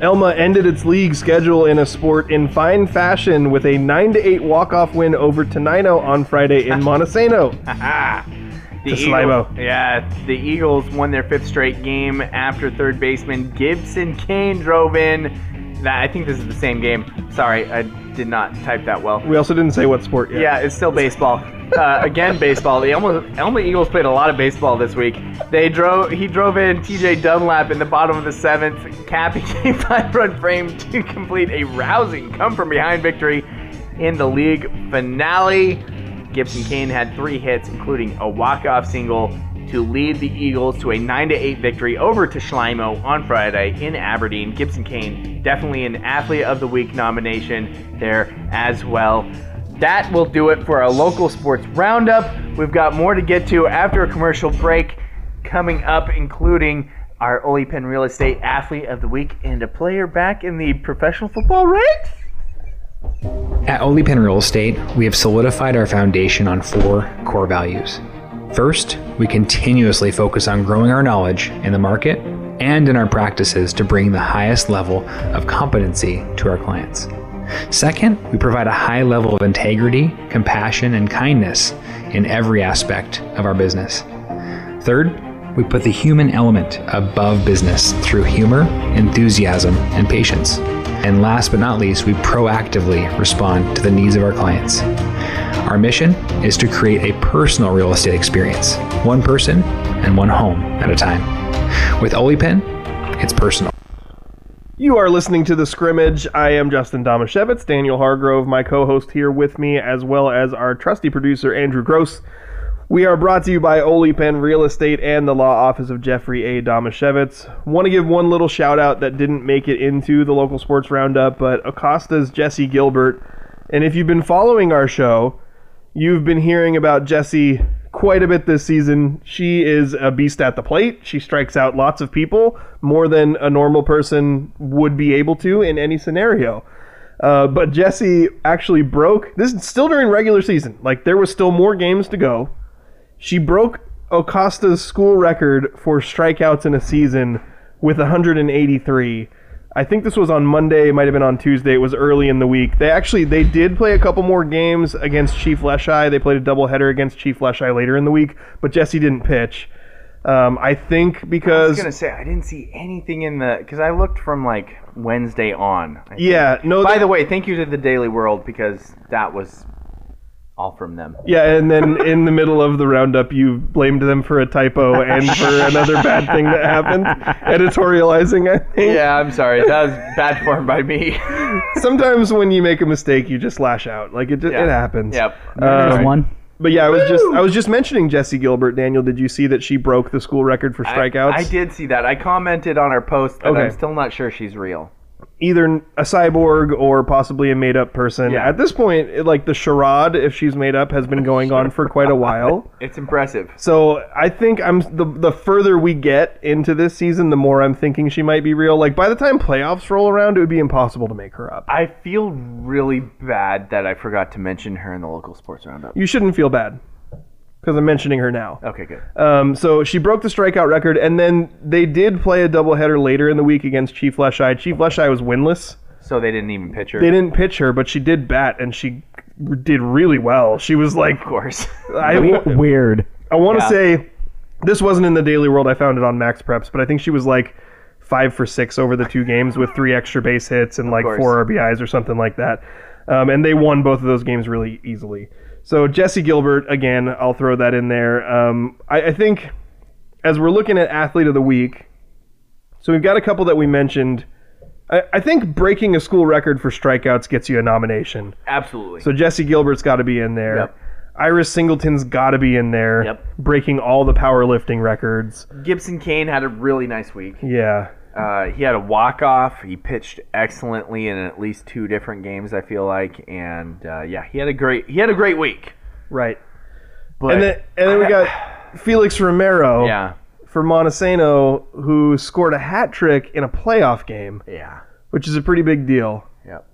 S3: Elma ended its league schedule in a sport in fine fashion with a 9 to 8 walk off win over Tenino on Friday in Montesano.
S2: Ah, the
S3: To
S2: Eagles,
S3: Sligo.
S2: yeah, the Eagles won their fifth straight game after third baseman Gibson Kane drove in. That, I think this is the same game. Sorry, I did not type that well.
S3: We also didn't say what sport yet.
S2: Yeah, it's still baseball. Uh, again, baseball. The Elma, Elma Eagles played a lot of baseball this week. They drove. He drove in T.J. Dunlap in the bottom of the seventh. Cappy a five-run frame to complete a rousing come-from-behind victory in the league finale. Gibson Kane had three hits, including a walk-off single, to lead the Eagles to a 9-8 victory over to Schleimo on Friday in Aberdeen. Gibson Kane, definitely an Athlete of the Week nomination there as well. That will do it for our local sports roundup. We've got more to get to after a commercial break coming up, including our Ole Penn Real Estate Athlete of the Week and a player back in the professional football ranks.
S6: At Ole Penn Real Estate, we have solidified our foundation on four core values. First, we continuously focus on growing our knowledge in the market and in our practices to bring the highest level of competency to our clients. Second, we provide a high level of integrity, compassion, and kindness in every aspect of our business. Third, we put the human element above business through humor, enthusiasm, and patience. And last but not least, we proactively respond to the needs of our clients. Our mission is to create a personal real estate experience, one person and one home at a time. With Olipen, it's personal.
S3: You are listening to the scrimmage. I am Justin Domashevitz, Daniel Hargrove, my co-host here with me, as well as our trusty producer Andrew Gross. We are brought to you by Ole Penn Real Estate and the law office of Jeffrey A. Domashevitz. Want to give one little shout out that didn't make it into the local sports roundup, but Acosta's Jesse Gilbert. And if you've been following our show, you've been hearing about Jesse quite a bit this season. She is a beast at the plate. She strikes out lots of people, more than a normal person would be able to in any scenario. Uh, but Jesse actually broke this is still during regular season. Like there was still more games to go. She broke Acosta's school record for strikeouts in a season with 183. I think this was on Monday. It might have been on Tuesday. It was early in the week. They actually they did play a couple more games against Chief Leshai. They played a doubleheader against Chief Leshai later in the week, but Jesse didn't pitch. Um, I think
S2: I was
S3: because
S2: gonna say I didn't see anything in the because I looked from like Wednesday on.
S3: yeah, no.
S2: By
S3: they-
S2: the way, thank you to the Daily World because that was all from them.
S3: Yeah, and then in the middle of the roundup, you blamed them for a typo and for another bad thing that happened. Editorializing, I think.
S2: Yeah, I'm sorry. That was bad form by me.
S3: Sometimes when you make a mistake, you just lash out. Like it, ju-
S2: Yeah.
S3: it happens. Um,
S2: yep.
S4: There's one.
S3: But yeah, I was just I was just mentioning Jesse Gilbert. Daniel, did you see that she broke the school record for
S2: I-
S3: strikeouts?
S2: I, did see that. I commented on our post that
S3: Okay.
S2: I'm still not sure she's real.
S3: Either a cyborg or possibly a made up person.
S2: Yeah.
S3: At this point, it, like the charade, if she's made up, has been going on for quite a while.
S2: It's impressive.
S3: So I think I'm the the further we get into this season, the more I'm thinking she might be real. Like by the time playoffs roll around, it would be impossible to make her up.
S2: I feel really bad that I forgot to mention her in the local sports roundup.
S3: You shouldn't feel bad. because I'm mentioning her now.
S2: Okay, good.
S3: Um, so she broke the strikeout record, and then they did play a doubleheader later in the week against Chief Lesh Eye. Chief Lesh Eye was winless.
S2: So they didn't even pitch her.
S3: They didn't pitch her, but she did bat, and she did really well. She was like,
S2: of course.
S3: I,
S4: We- Weird.
S3: I want to
S2: Yeah.
S3: say this wasn't in the Daily World. I found it on Max Preps, but I think she was like five for six over the two games with three extra base hits and like
S2: course.
S3: four RBIs or something like that. Um, and they won both of those games really easily. So Jesse Gilbert again, I'll throw that in there. Um, I, I think as we're looking at athlete of the week, so we've got a couple that we mentioned. I, I think breaking a school record for strikeouts gets you a nomination.
S2: Absolutely.
S3: So Jesse Gilbert's got to be in there.
S2: Yep.
S3: Iris Singleton's got to be in there.
S2: Yep.
S3: Breaking all the powerlifting records.
S2: Gibson Kane had a really nice week.
S3: Yeah.
S2: Uh, he had a walk off. He pitched excellently in at least two different games. I feel like, and uh, yeah, he had a great he had a great week.
S3: Right.
S2: But Oh,
S3: and then and then we got Felix Romero
S2: yeah,
S3: for Montesano who scored a hat trick in a playoff game,
S2: yeah,
S3: which is a pretty big deal.
S2: Yep.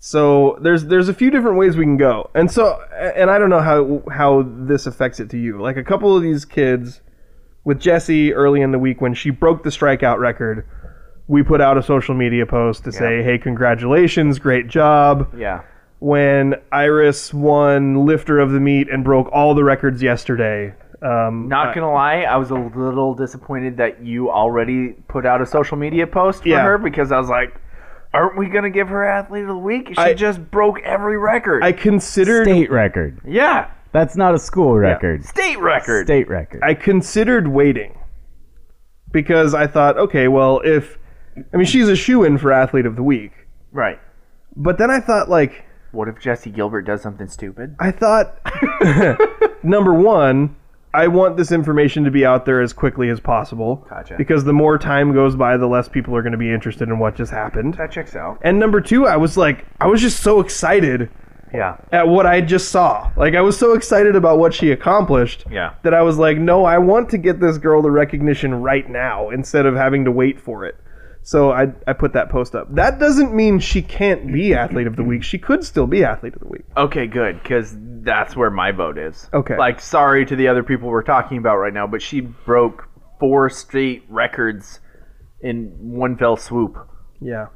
S3: So there's there's a few different ways we can go. And so and I don't know how how this affects it to you. Like a couple of these kids with Jesse early in the week when she broke the strikeout record, we put out a social media post to say, "Hey, congratulations, great job."
S2: yeah.
S3: When Iris won lifter of the meet and broke all the records yesterday. Um,
S2: Not gonna lie, I was a little disappointed that you already put out a social media post for
S3: Yeah.
S2: her because I was like, aren't we gonna give her athlete of the week? She
S3: I-
S2: just broke every record.
S3: I considered
S4: State record.
S2: yeah,
S4: That's not a school record.
S2: state record.
S4: State record.
S3: I considered waiting because I thought, okay, well, if I mean she's a shoe in for athlete of the week,
S2: Right.
S3: but then I thought like
S2: What if Jesse Gilbert does something stupid?
S3: I thought number one, I want this information to be out there as quickly as possible
S2: Gotcha.
S3: because the more time goes by, the less people are going to be interested in what just happened.
S2: That checks out.
S3: And number two, I was like, I was just so excited
S2: Yeah.
S3: at what I just saw. Like I was so excited about what she accomplished
S2: Yeah.
S3: that I was like, no, I want to get this girl the recognition right now instead of having to wait for it. So I, I put that post up. That doesn't mean she can't be athlete of the week. She could still be athlete of the week.
S2: Okay, good, because that's where my vote is.
S3: Okay.
S2: Like, sorry to the other people we're talking about right now, but she broke four straight records in one fell swoop.
S3: Yeah.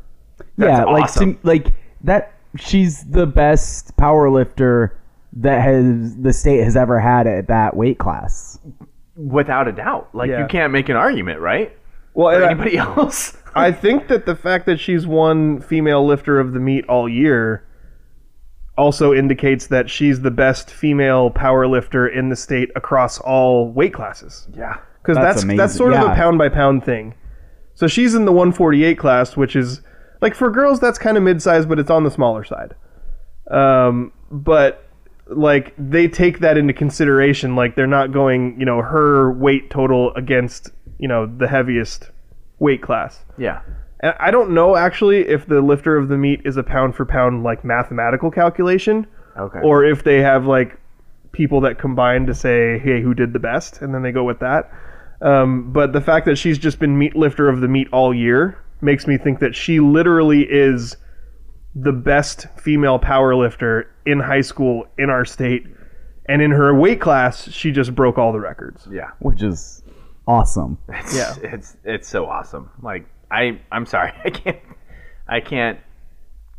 S4: yeah,
S2: awesome.
S4: like to, like that. She's the best power lifter that has the state has ever had at that weight class.
S2: Without a doubt. Like,
S3: Yeah.
S2: you can't make an argument, right?
S3: Well,
S2: For
S3: and I,
S2: anybody else?
S3: I think that the fact that she's one female lifter of the meet all year also indicates that she's the best female power lifter in the state across all weight classes.
S2: yeah.
S3: because
S4: That's
S3: that's that's,
S4: amazing.
S3: sort of a
S4: Yeah.
S3: pound by pound thing. So she's in the 148 class, which is like for girls that's kind of mid size, but it's on the smaller side. Um, but like they take that into consideration, like they're not going you know her weight total against you know the heaviest weight class.
S2: Yeah.
S3: And I don't know actually if the lifter of the meet is a pound for pound like mathematical calculation,
S2: Okay.
S3: or if they have like people that combine to say, hey, who did the best, and then they go with that. Um, but the fact that she's just been meat lifter of the meat all year makes me think that she literally is the best female power lifter in high school in our state. And in her weight class, she just broke all the records.
S2: yeah.
S4: which is awesome.
S2: It's, It's, it's so awesome. Like, I, I'm sorry. I can't, I can't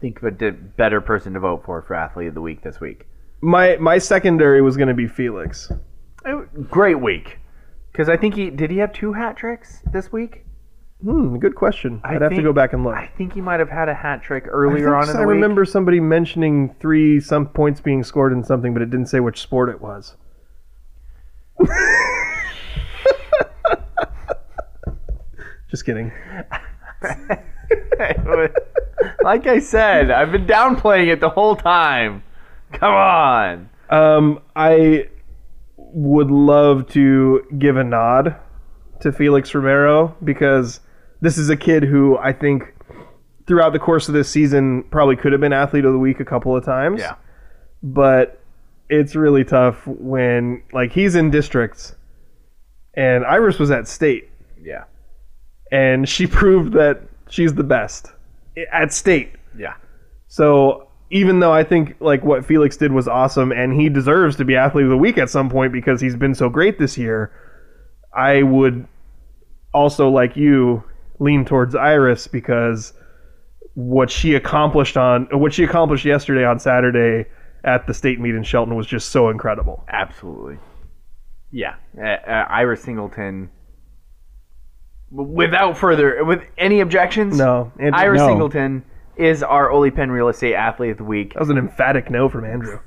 S2: think of a di- better person to vote for for athlete of the week this week.
S3: My my secondary was going to be Felix.
S2: Uh, Great week. Because I think he did. He have two hat tricks this week.
S3: Hmm, good question. I'd have to
S2: think-
S3: go back and look.
S2: I think he might have had a hat trick
S3: I
S2: earlier
S3: think
S2: on in
S3: so.
S2: the
S3: I
S2: week.
S3: remember somebody mentioning three some points being scored in something, but it didn't say which sport it was. Just kidding.
S2: like I said, I've been downplaying it the whole time. Come on.
S3: Um, I would love to give a nod to Felix Romero because this is a kid who I think throughout the course of this season probably could have been athlete of the week a couple of times.
S2: Yeah.
S3: But it's really tough when like he's in districts and Iris was at state
S2: Yeah.
S3: and she proved that she's the best at state.
S2: Yeah.
S3: So even though I think like what Felix did was awesome and he deserves to be athlete of the week at some point because he's been so great this year, I would also like you lean towards Iris because what she accomplished on what she accomplished yesterday on Saturday at the state meet in Shelton was just so incredible.
S2: Absolutely. Yeah, uh, uh, Iris Singleton. w- Without further, with any objections,
S3: No, Andrew,
S2: Iris
S4: No.
S2: Singleton is our Ole Penn Real Estate Athlete of the Week.
S3: that was an emphatic no from Andrew.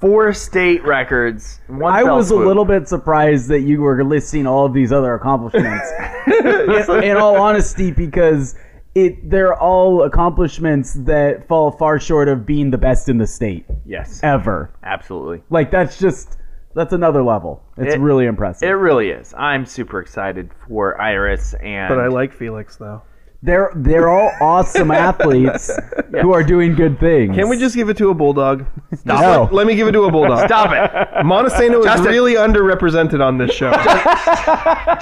S2: Four state records. One
S4: I
S2: fell
S4: was a
S2: swoop.
S4: little bit surprised that you were listing all of these other accomplishments. in, in all honesty, because it they're all accomplishments that fall far short of being the best in the state
S2: Yes,
S4: ever.
S2: absolutely.
S4: Like that's just that's another level. It's
S2: It-
S4: really impressive.
S2: It really is. I'm super excited for Iris and.
S3: But I like Felix though.
S4: they're they're all awesome athletes who are doing good things.
S3: Can we just give it to a bulldog? Stop.
S4: No.
S3: Let, let me give it to a bulldog.
S2: stop it,
S3: Montesano is
S2: Justin.
S3: really underrepresented on this show,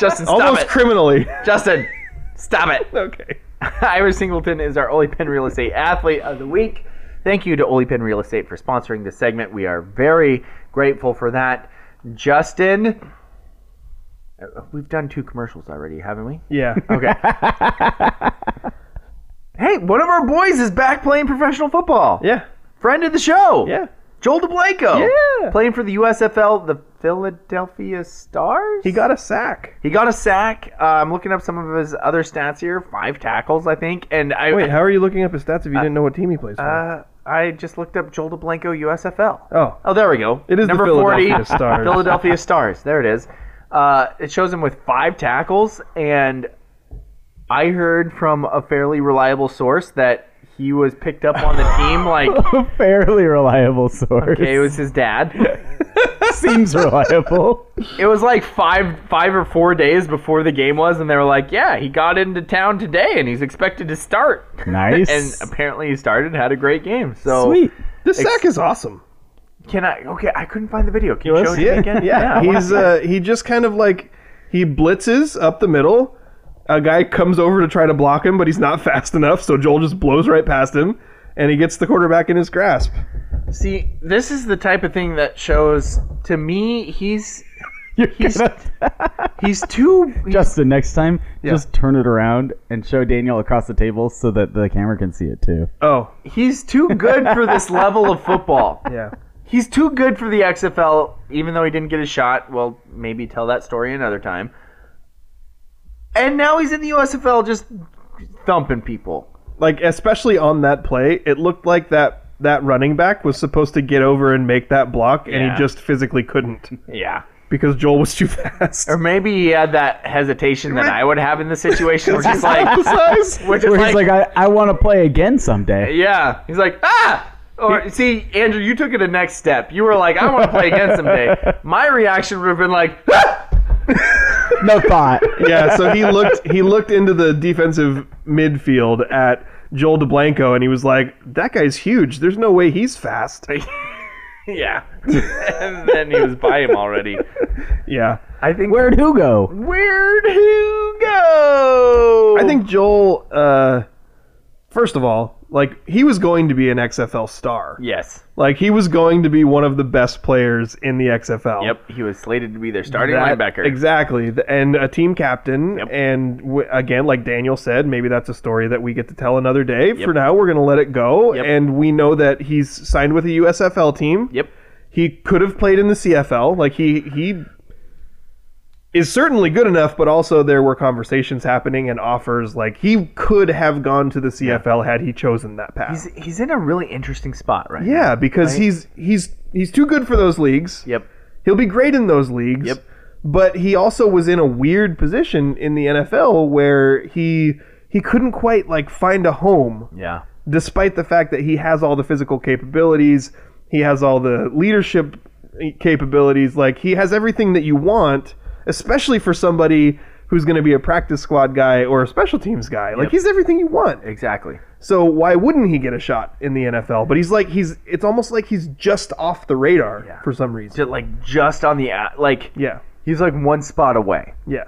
S2: Justin. Stop
S3: almost
S2: it,
S3: criminally.
S2: Justin. Stop it.
S3: okay.
S2: Iris Singleton is our Ole Penn Real Estate Athlete of the Week. Thank you to Ole Penn Real Estate for sponsoring this segment. We are very grateful for that. Justin, uh, we've done two commercials already, haven't we?
S3: Yeah.
S2: Okay. hey, one of our boys is back playing professional football.
S3: Yeah.
S2: Friend of the show.
S3: Yeah.
S2: Joel DeBlanco.
S3: Yeah.
S2: Playing for the USFL, the Philadelphia Stars.
S3: He got a sack.
S2: he got a sack. Uh, I'm looking up some of his other stats here. Five tackles, I think. And I
S3: Wait, how are you looking up his stats if you didn't know what team he plays for?
S2: Uh, I just looked up Joel DeBlanco USFL.
S3: oh.
S2: Oh, there we go.
S3: It is the
S2: number
S3: Philadelphia
S2: 40,
S3: Stars.
S2: Philadelphia Stars. There it is. Uh, it shows him with five tackles, and I heard from a fairly reliable source that he was picked up on the team. Like
S4: a fairly reliable source?
S2: it was his dad.
S4: seems reliable.
S2: It was like five, five or four days before the game was, and they were like, "Yeah, he got into town today, and he's expected to start."
S4: Nice.
S2: And apparently, he started, had a great game. So
S4: Sweet.
S3: This sack is awesome.
S2: Can I? Okay, I couldn't find the video. Can you, show it to me again?
S3: Yeah. He's uh he just kind of like he blitzes up the middle. A guy comes over to try to block him, but he's not fast enough, so Joel just blows right past him and he gets the quarterback in his grasp.
S2: See, this is the type of thing that shows to me he's he's he's too he's-
S4: Justin, next time, just turn it around and show Daniel across the table so that the camera can see it too.
S3: Oh,
S2: he's too good for this level of football.
S3: yeah.
S2: He's too good for the XFL even though he didn't get a shot. Well, maybe tell that story another time. And now he's in the USFL just thumping people.
S3: Like especially on that play, it looked like that that running back was supposed to get over and make that block and
S2: Yeah.
S3: he just physically couldn't
S2: Yeah.
S3: because Joel was too fast.
S2: Or maybe he had that hesitation that I would have in the situation where he's like
S3: Size?
S2: which is
S4: Where he's like, I, I want to play again someday.
S2: Yeah, he's like ah. Or see, Andrew, you took it a next step. You were like, I want to play again someday. My reaction would have been like, "Ah!"
S4: No thought.
S3: yeah, so he looked he looked into the defensive midfield at Joel DeBlanco and he was like, "That guy's huge. There's no way he's fast."
S2: yeah. and then he was by him already.
S3: Yeah.
S2: I think
S4: Where'd who go?
S2: where'd who go?
S3: I think Joel uh first of all, like he was going to be an XFL star.
S2: yes.
S3: Like he was going to be one of the best players in the XFL.
S2: Yep, he was slated to be their starting
S3: That-
S2: linebacker.
S3: Exactly. th- And a team captain.
S2: Yep.
S3: And w- again, like Daniel said, maybe that's a story that we get to tell another day. For now, we're going to let it go.
S2: Yep.
S3: And we know that he's signed with a USFL team.
S2: Yep.
S3: He could have played in the CFL. Like he he is certainly good enough, but also there were conversations happening and offers. Like he could have gone to the CFL had he chosen that path.
S2: He's, he's in a really interesting spot right now.
S3: yeah, because he's he's he's too good for those leagues.
S2: Yep.
S3: He'll be great in those leagues.
S2: Yep.
S3: But he also was in a weird position in the NFL where he he couldn't quite like find a home
S2: Yeah.
S3: despite the fact that he has all the physical capabilities, he has all the leadership capabilities, like he has everything that you want, especially for somebody who's going to be a practice squad guy or a special teams guy. Like he's everything you want.
S2: Exactly.
S3: So why wouldn't he get a shot in the NFL? But he's like he's it's almost like he's just off the radar for some reason.
S2: Just like just on the a- like
S3: Yeah.
S2: he's like one spot away.
S3: Yeah.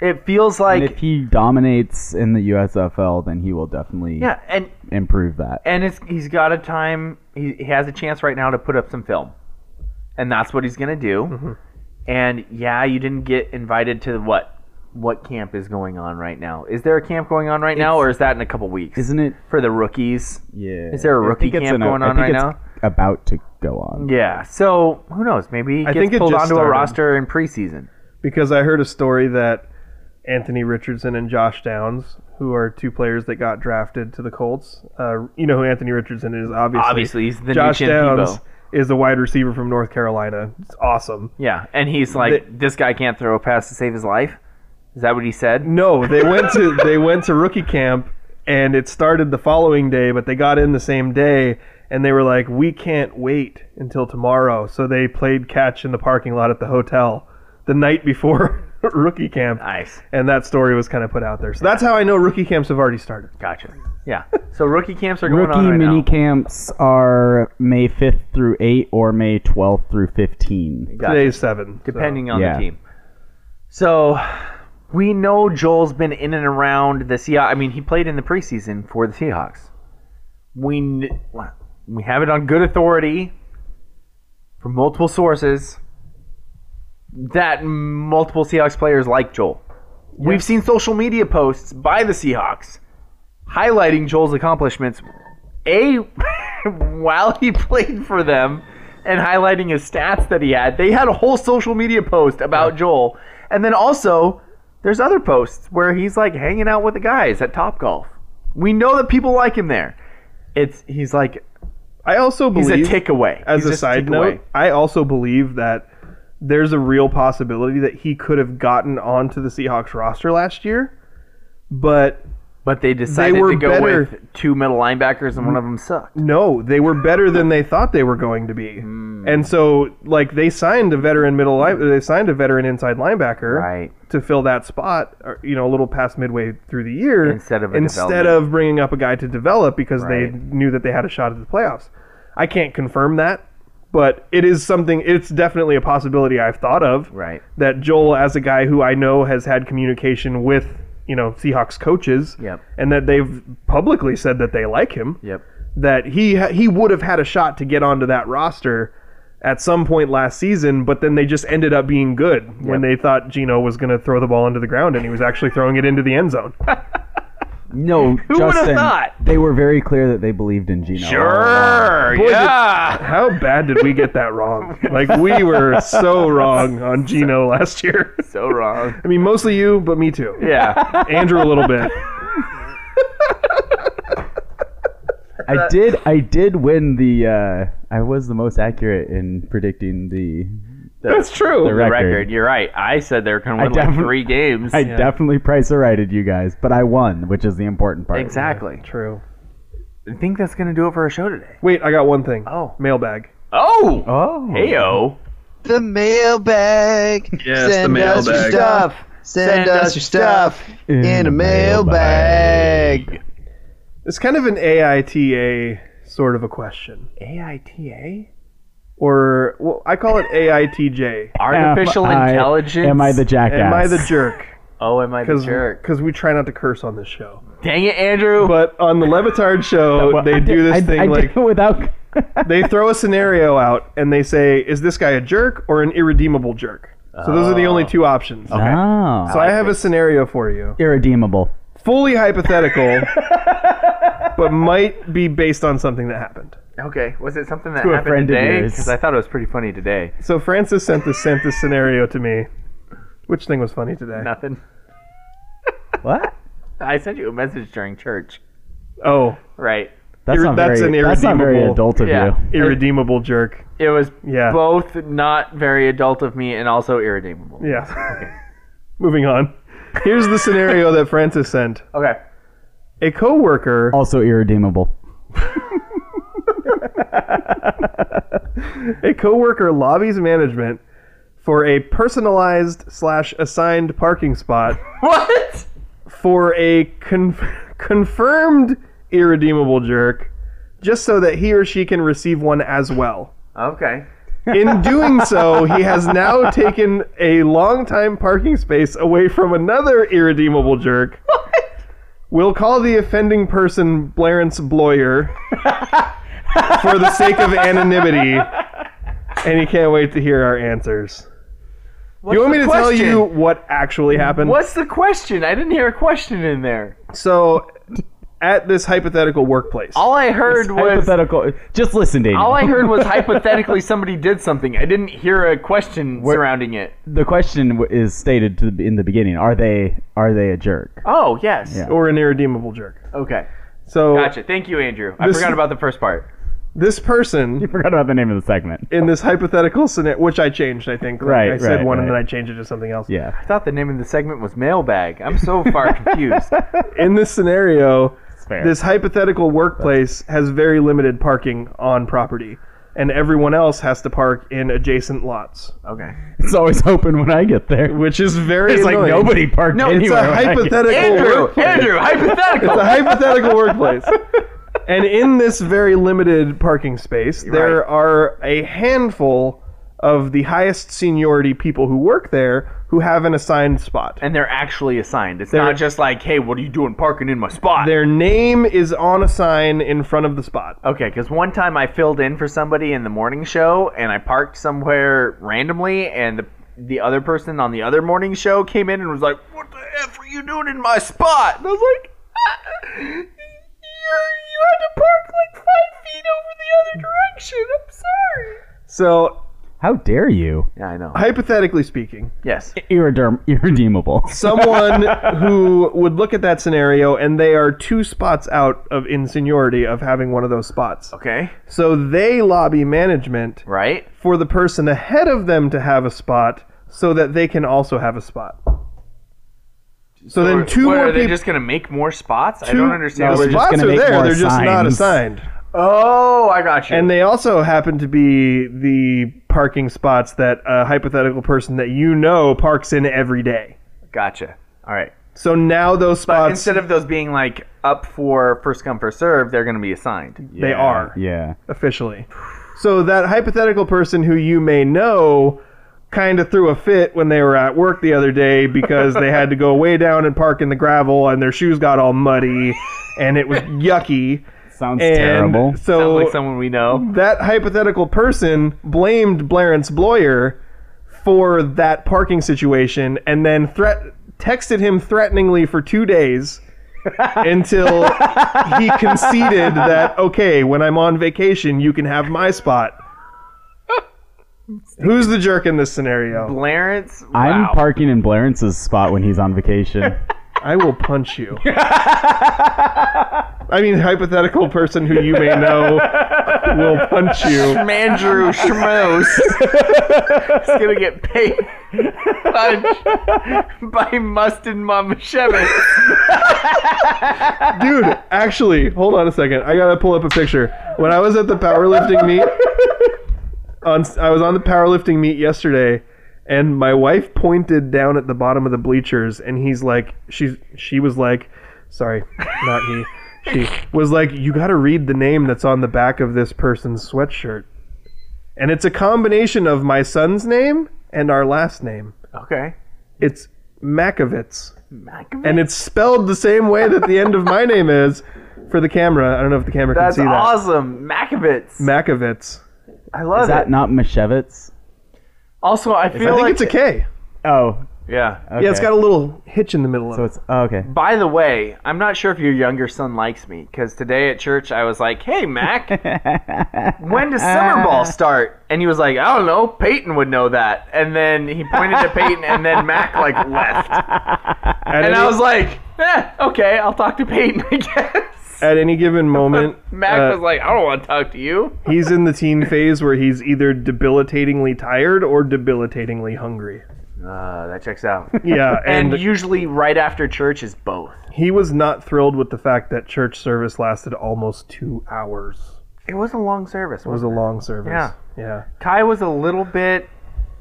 S2: It feels like
S4: And if he dominates in the USFL, then he will definitely
S2: yeah, and
S4: improve that.
S2: and it's, he's got a time. He, he has a chance right now to put up some film, and that's what he's gonna do. And yeah, you didn't get invited to what what camp is going on right now? Is there a camp going on right now, or is that in a couple weeks?
S4: Isn't it?
S2: for the rookies?
S4: Yeah.
S2: Is there a
S4: I
S2: rookie
S4: think it's
S2: camp
S4: an-
S2: going
S4: I
S2: on
S4: think
S2: right
S4: it's
S2: now?
S4: About to go on.
S2: Yeah. So who knows? Maybe he gets
S3: think it
S2: pulled
S3: just
S2: onto a
S3: started.
S2: roster in preseason.
S3: because I heard a story that Anthony Richardson and Josh Downs, who are two players that got drafted to the Colts, uh, you know who Anthony Richardson is, obviously.
S2: Obviously, he's the
S3: Josh
S2: new Tim Tebow.
S3: Downs is a wide receiver from North Carolina. It's awesome.
S2: Yeah, and he's like, this guy can't throw a pass to save his life. Is that what he said?
S3: No, they went to they went to rookie camp, and it started the following day, but they got in the same day. And they were like, "We can't wait until tomorrow." So they played catch in the parking lot at the hotel the night before rookie camp.
S2: Nice.
S3: and that story was kind of put out there. So that's how I know rookie camps have already started.
S2: Gotcha. Yeah. So rookie camps are going
S4: Rookie
S2: on right
S4: mini
S2: now.
S4: camps are May 5th through 8 or May 12th through 15.
S2: Gotcha.
S3: Today's seven. so-
S2: depending on
S4: Yeah.
S2: the team. So we know Joel's been in and around the Seahawks. I mean, he played in the preseason for the Seahawks. We kn- we have it on good authority from multiple sources that multiple Seahawks players like Joel. We've seen social media posts by the Seahawks highlighting Joel's accomplishments. A while he played for them and highlighting his stats that he had. They had a whole social media post about Joel. And then also, there's other posts where he's like hanging out with the guys at Top Golf. We know that people like him there. It's he's like
S3: I also
S2: he's
S3: believe,
S2: a tick away.
S3: as
S2: He's
S3: a
S2: just
S3: side
S2: tick
S3: note,
S2: away.
S3: I also believe that there's a real possibility that he could have gotten onto the Seahawks roster last year, but
S2: but they decided
S3: were
S2: to go
S3: better-
S2: with two middle linebackers and one of them sucked.
S3: no, they were better than they thought they were going to be.
S2: Hmm.
S3: And so, like, they signed a veteran middle line, they signed a veteran inside linebacker
S2: Right.
S3: to fill that spot, or, you know, a little past midway through the year,
S2: Instead of a
S3: instead
S2: development.
S3: of bringing up a guy to develop because
S2: Right.
S3: they knew that they had a shot at the playoffs. I can't confirm that, but it is something. It's definitely a possibility I've thought of.
S2: Right.
S3: That Joel, as a guy who I know has had communication with you know Seahawks coaches,
S2: Yep.
S3: and that they've publicly said that they like him.
S2: Yep.
S3: That he ha- he would have had a shot to get onto that roster. At some point last season, but then they just ended up being good when they thought Gino was going to throw the ball into the ground, and he was actually throwing it into the end zone.
S4: No, Who
S2: would've
S4: Justin.
S2: thought?
S4: They were very clear that they believed in Gino.
S2: Sure. yeah.
S3: How bad did we get that wrong? Like we were so wrong on Gino last year.
S2: So wrong.
S3: I mean, mostly you, but me too.
S2: Yeah.
S3: Andrew a little bit.
S4: I did. I did win the. Uh, I was the most accurate in predicting the.
S3: That's
S4: The
S3: true.
S4: record.
S2: Record. You're right. I said they were going to
S4: I
S2: win like
S4: definitely-
S2: three games.
S4: I definitely price righted you guys, but I won, which is the important part.
S2: exactly.
S3: True.
S2: I think that's going to do it for our show today.
S3: Wait, I got one thing.
S2: Oh.
S3: Mailbag.
S2: Oh.
S4: Oh.
S2: Heyo.
S7: The mailbag.
S3: Yes,
S7: Send
S3: the
S7: us your
S3: mailbag.
S7: stuff. Send, us, your stuff in a mailbag.
S3: It's kind of an AITA sort of a question.
S2: AITA?
S3: Or well, I call it AITJ.
S2: Artificial
S4: Am I-
S2: intelligence?
S4: Am I the jackass?
S3: Am I the jerk?
S2: Oh, am I the jerk?
S3: Because we try not to curse on this show.
S2: Dang it, Andrew.
S3: But on the Levitard show,
S4: Well, I
S3: they do
S4: did-
S3: this
S4: I-
S3: thing
S4: I did
S3: like
S4: it without.
S3: they throw a scenario out and they say, is this guy a jerk or an irredeemable jerk? So those are the only two options.
S4: Oh.
S3: So I have a scenario for you.
S4: irredeemable.
S3: Fully hypothetical, but might be based on something that happened.
S2: okay. Was it something that
S4: To a
S2: happened
S4: friend of
S2: today?
S4: yours.
S2: Because I thought it was pretty funny today.
S3: So Francis sent this sent this scenario to me. Which thing was funny today?
S2: Nothing.
S4: What?
S2: I sent you a message during church.
S3: Oh,
S2: Right.
S4: That's
S3: Irre-
S4: not
S3: that's
S4: very.
S3: an
S4: That's not very
S3: irredeemable-
S4: adult of
S2: Yeah.
S4: you.
S3: irredeemable jerk.
S2: It was
S3: Yeah.
S2: both not very adult of me and also irredeemable.
S3: Yeah. Moving on. Here's the scenario that Francis sent.
S2: Okay.
S3: A coworker
S4: Also irredeemable.
S3: A coworker lobbies management for a personalized slash assigned parking spot
S2: What?
S3: for a con- confirmed irredeemable jerk, just so that he or she can receive one as well.
S2: Okay.
S3: In doing so, he has now taken a long time parking space away from another irredeemable jerk. We'll call the offending person Blarence Bloyer for the sake of anonymity. And he can't wait to hear our answers. Do you want me to tell you what actually happened?
S2: What's the question? I didn't hear a question in there.
S3: So, at this hypothetical workplace,
S2: All I heard was
S4: Hypothetical. Just listen, Daniel.
S2: all I heard was hypothetically somebody did something. I didn't hear a question surrounding it.
S4: the question w- is stated to the, in the beginning. Are they are they a jerk?
S2: Oh yes.
S3: or an irredeemable jerk.
S2: Okay.
S3: So,
S2: Gotcha. Thank you, Andrew. I
S3: This-
S2: forgot about the first part.
S3: this person
S4: I forgot about the name of the segment.
S3: in this hypothetical scenario, which I changed, I think. Like,
S4: Right,
S3: I said
S4: right,
S3: one and then
S4: right.
S3: I changed it to something else.
S4: Yeah.
S2: I thought the name of the segment was mailbag. I'm so far confused.
S3: In this scenario,
S4: fair.
S3: this hypothetical workplace has very limited parking on property, and everyone else has to park in adjacent lots,
S2: Okay.
S4: It's always open when I get there.
S3: which is very
S4: It's like
S3: annoying.
S4: nobody parked
S3: No, it's
S4: anywhere.
S3: a
S4: when I get-
S3: hypothetical
S2: Andrew,
S3: workplace.
S2: Andrew, hypothetical.
S3: It's a hypothetical workplace. And in this very limited parking space, there are a handful of the highest seniority people who work there who have an assigned spot.
S2: and they're actually assigned. It's not just like, hey, what are you doing parking in my spot?
S3: Their name is on a sign in front of the spot.
S2: Okay, because one time I filled in for somebody in the morning show, and I parked somewhere randomly, and the the other person on the other morning show came in and was like, "What the f are you doing in my spot?" And I was like, "Ah, "You you had to park like five feet over the other direction. I'm sorry."
S3: So,
S4: How dare you?
S2: Yeah, I know.
S3: hypothetically speaking,
S2: Yes.
S4: Irrederm- irredeemable.
S3: someone who would look at that scenario and they are two spots out of in seniority of having one of those spots.
S2: Okay.
S3: So they lobby management
S2: Right.
S3: for the person ahead of them to have a spot so that they can also have a spot. So then two
S2: What,
S3: more
S2: are they
S3: people
S2: just gonna make more spots? I
S3: two-
S2: don't understand.
S3: The
S2: what you're-
S4: just
S3: spots
S4: gonna
S3: are
S4: make
S3: there,
S4: more
S3: they're just not
S4: signs.
S3: assigned.
S2: oh, I got you.
S3: And they also happen to be the parking spots that a hypothetical person that you know parks in every day.
S2: gotcha. All right.
S3: So now those
S2: But
S3: spots
S2: instead of those being like up for first come first serve, they're going to be assigned.
S3: they are.
S4: Yeah.
S3: officially. So that hypothetical person who you may know kind of threw a fit when they were at work the other day because they had to go way down and park in the gravel and their shoes got all muddy and it was yucky.
S4: Sounds
S3: And
S4: terrible.
S3: so Mm.
S2: Sounds like someone we know.
S3: that hypothetical person blamed Blarence Bloyer for that parking situation and then threat texted him threateningly for two days until he conceded that okay when i'm on vacation you can have my spot who's the jerk in this scenario
S2: Clarence,
S4: I'm
S2: wow.
S4: parking in Blarence's spot when he's on vacation.
S3: i will punch you i mean hypothetical person who you may know will punch you
S2: Mandrew Schmoes is going to get paid punch by Mustin Mama Shevis.
S3: Dude, actually, hold on a second. I gotta pull up a picture. When I was at the powerlifting meet, on I was on the powerlifting meet yesterday, and my wife pointed down at the bottom of the bleachers, and he's like, she's she was like, sorry, not he. She was like, you gotta read the name that's on the back of this person's sweatshirt, and it's a combination of my son's name and our last name.
S2: Okay.
S3: It's Makovitz and it's spelled the same way that the end of my name is for the camera. I don't know if the camera
S2: That's
S3: can see
S2: awesome. Makovitz.
S3: that. Makovitz.
S2: I love
S4: Is that
S2: it.
S4: not Mashevitz?
S2: Also, I
S3: I
S2: feel
S3: think
S2: like.
S3: it's a K.
S4: Oh,
S2: yeah.
S3: Yeah, it's got a little hitch in the middle of
S4: So
S3: it.
S4: it's oh, okay.
S2: By the way, I'm not sure if your younger son likes me because today at church I was like, "Hey Mac, when does summer ball start?" And he was like, "I don't know. Peyton would know that." And then he pointed to Peyton, and then Mac like left,
S3: At
S2: and
S3: any,
S2: I was like, eh, "Okay, I'll talk to Peyton, I guess."
S3: at any given moment,
S2: Mac
S3: uh,
S2: was like, "I don't want to talk to you."
S3: he's in the teen phase where he's either debilitatingly tired or debilitatingly hungry.
S2: Uh, that checks out.
S3: Yeah,
S2: and
S3: and,
S2: usually right after church is both.
S3: he was not thrilled with the fact that church service lasted almost two hours.
S2: It was a long service.
S3: It was
S2: Wasn't
S3: a long service.
S2: Yeah.
S3: Yeah.
S2: it? Kai was a little bit.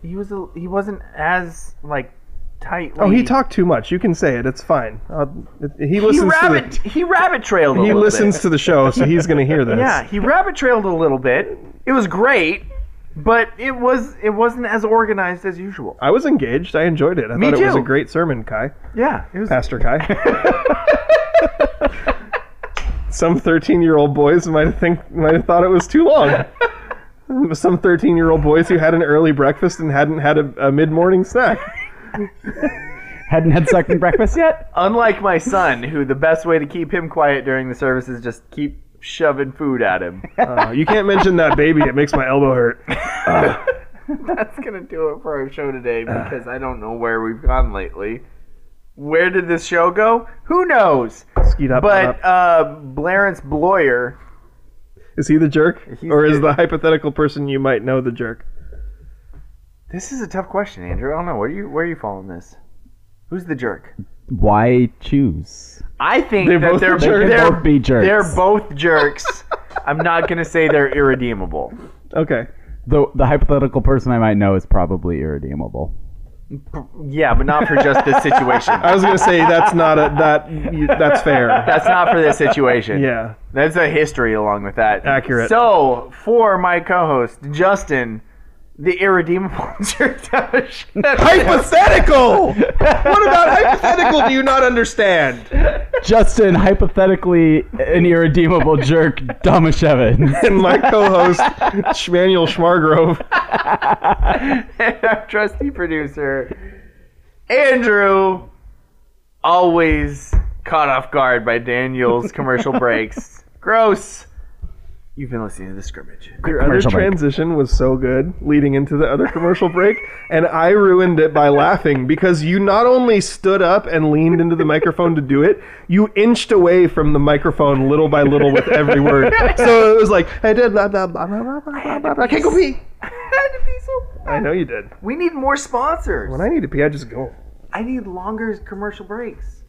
S2: He was a, he wasn't as like tight.
S3: Oh, he talked too much. You can say it. It's fine. Uh, it- he
S2: he
S3: listens to the-
S2: rabbit he rabbit trailed a
S3: he
S2: little
S3: listens
S2: bit.
S3: to the show, so he's going to hear this.
S2: yeah he rabbit trailed a little bit it was great but it was it wasn't as organized as usual.
S3: I was engaged. I enjoyed it. I
S2: Me
S3: thought it was
S2: too.
S3: a great sermon, Kai.
S2: Yeah, it was.
S3: Pastor Kai. Some 13-year-old boys might have think might have thought it was too long. Some 13-year-old boys who had an early breakfast and hadn't had a, a mid-morning snack.
S4: Hadn't had second breakfast yet.
S2: Unlike my son, who the best way to keep him quiet during the service is just keep shoving food at him.
S3: Uh, you can't mention that baby; it makes my elbow hurt.
S2: That's gonna do it for our show today because I don't know where we've gone lately. Where did this show go? Who knows?
S3: Skeet up,
S2: But
S3: up.
S2: uh, Blarence Bloyer,
S3: is he the jerk,
S2: he's
S3: or is
S2: good.
S3: the hypothetical person you might know the jerk?
S2: this is a tough question, Andrew. I don't know where you where are you following this. Who's the jerk?
S4: Why choose?
S2: I think
S3: They're
S2: that
S3: both
S2: they're,
S3: the jerk.
S4: They can
S2: they're
S4: both be jerks.
S2: They're both jerks. I'm not gonna say they're irredeemable.
S3: Okay,
S4: The, the hypothetical person I might know is probably irredeemable.
S2: Yeah, but not for just this situation.
S3: I was gonna say that's not a that you- that's fair.
S2: That's not for this situation.
S3: yeah,
S2: There's a history along with that.
S3: Accurate.
S2: So, for my co-host Justin, the irredeemable jerk
S3: hypothetical. what about hypothetical? Do you not understand?
S4: Justin, hypothetically, an irredeemable jerk, Thomas Evans.
S3: And my co-host, Shmanuel Schmargrove.
S2: and our trusty producer Andrew, always caught off guard by Daniel's commercial breaks. Gross. You've been listening to the scrimmage.
S3: Your other
S4: Commercial break.
S3: transition was so good, leading into the other commercial break, and I ruined it by laughing because you not only stood up and leaned into the microphone to do it, you inched away from the microphone little by little with every word. So it was like, I did blah blah blah blah blah blah blah. blah. I can't go pee. I know you did.
S2: We need more sponsors.
S3: When I need to pee, I just go.
S2: I need longer commercial breaks.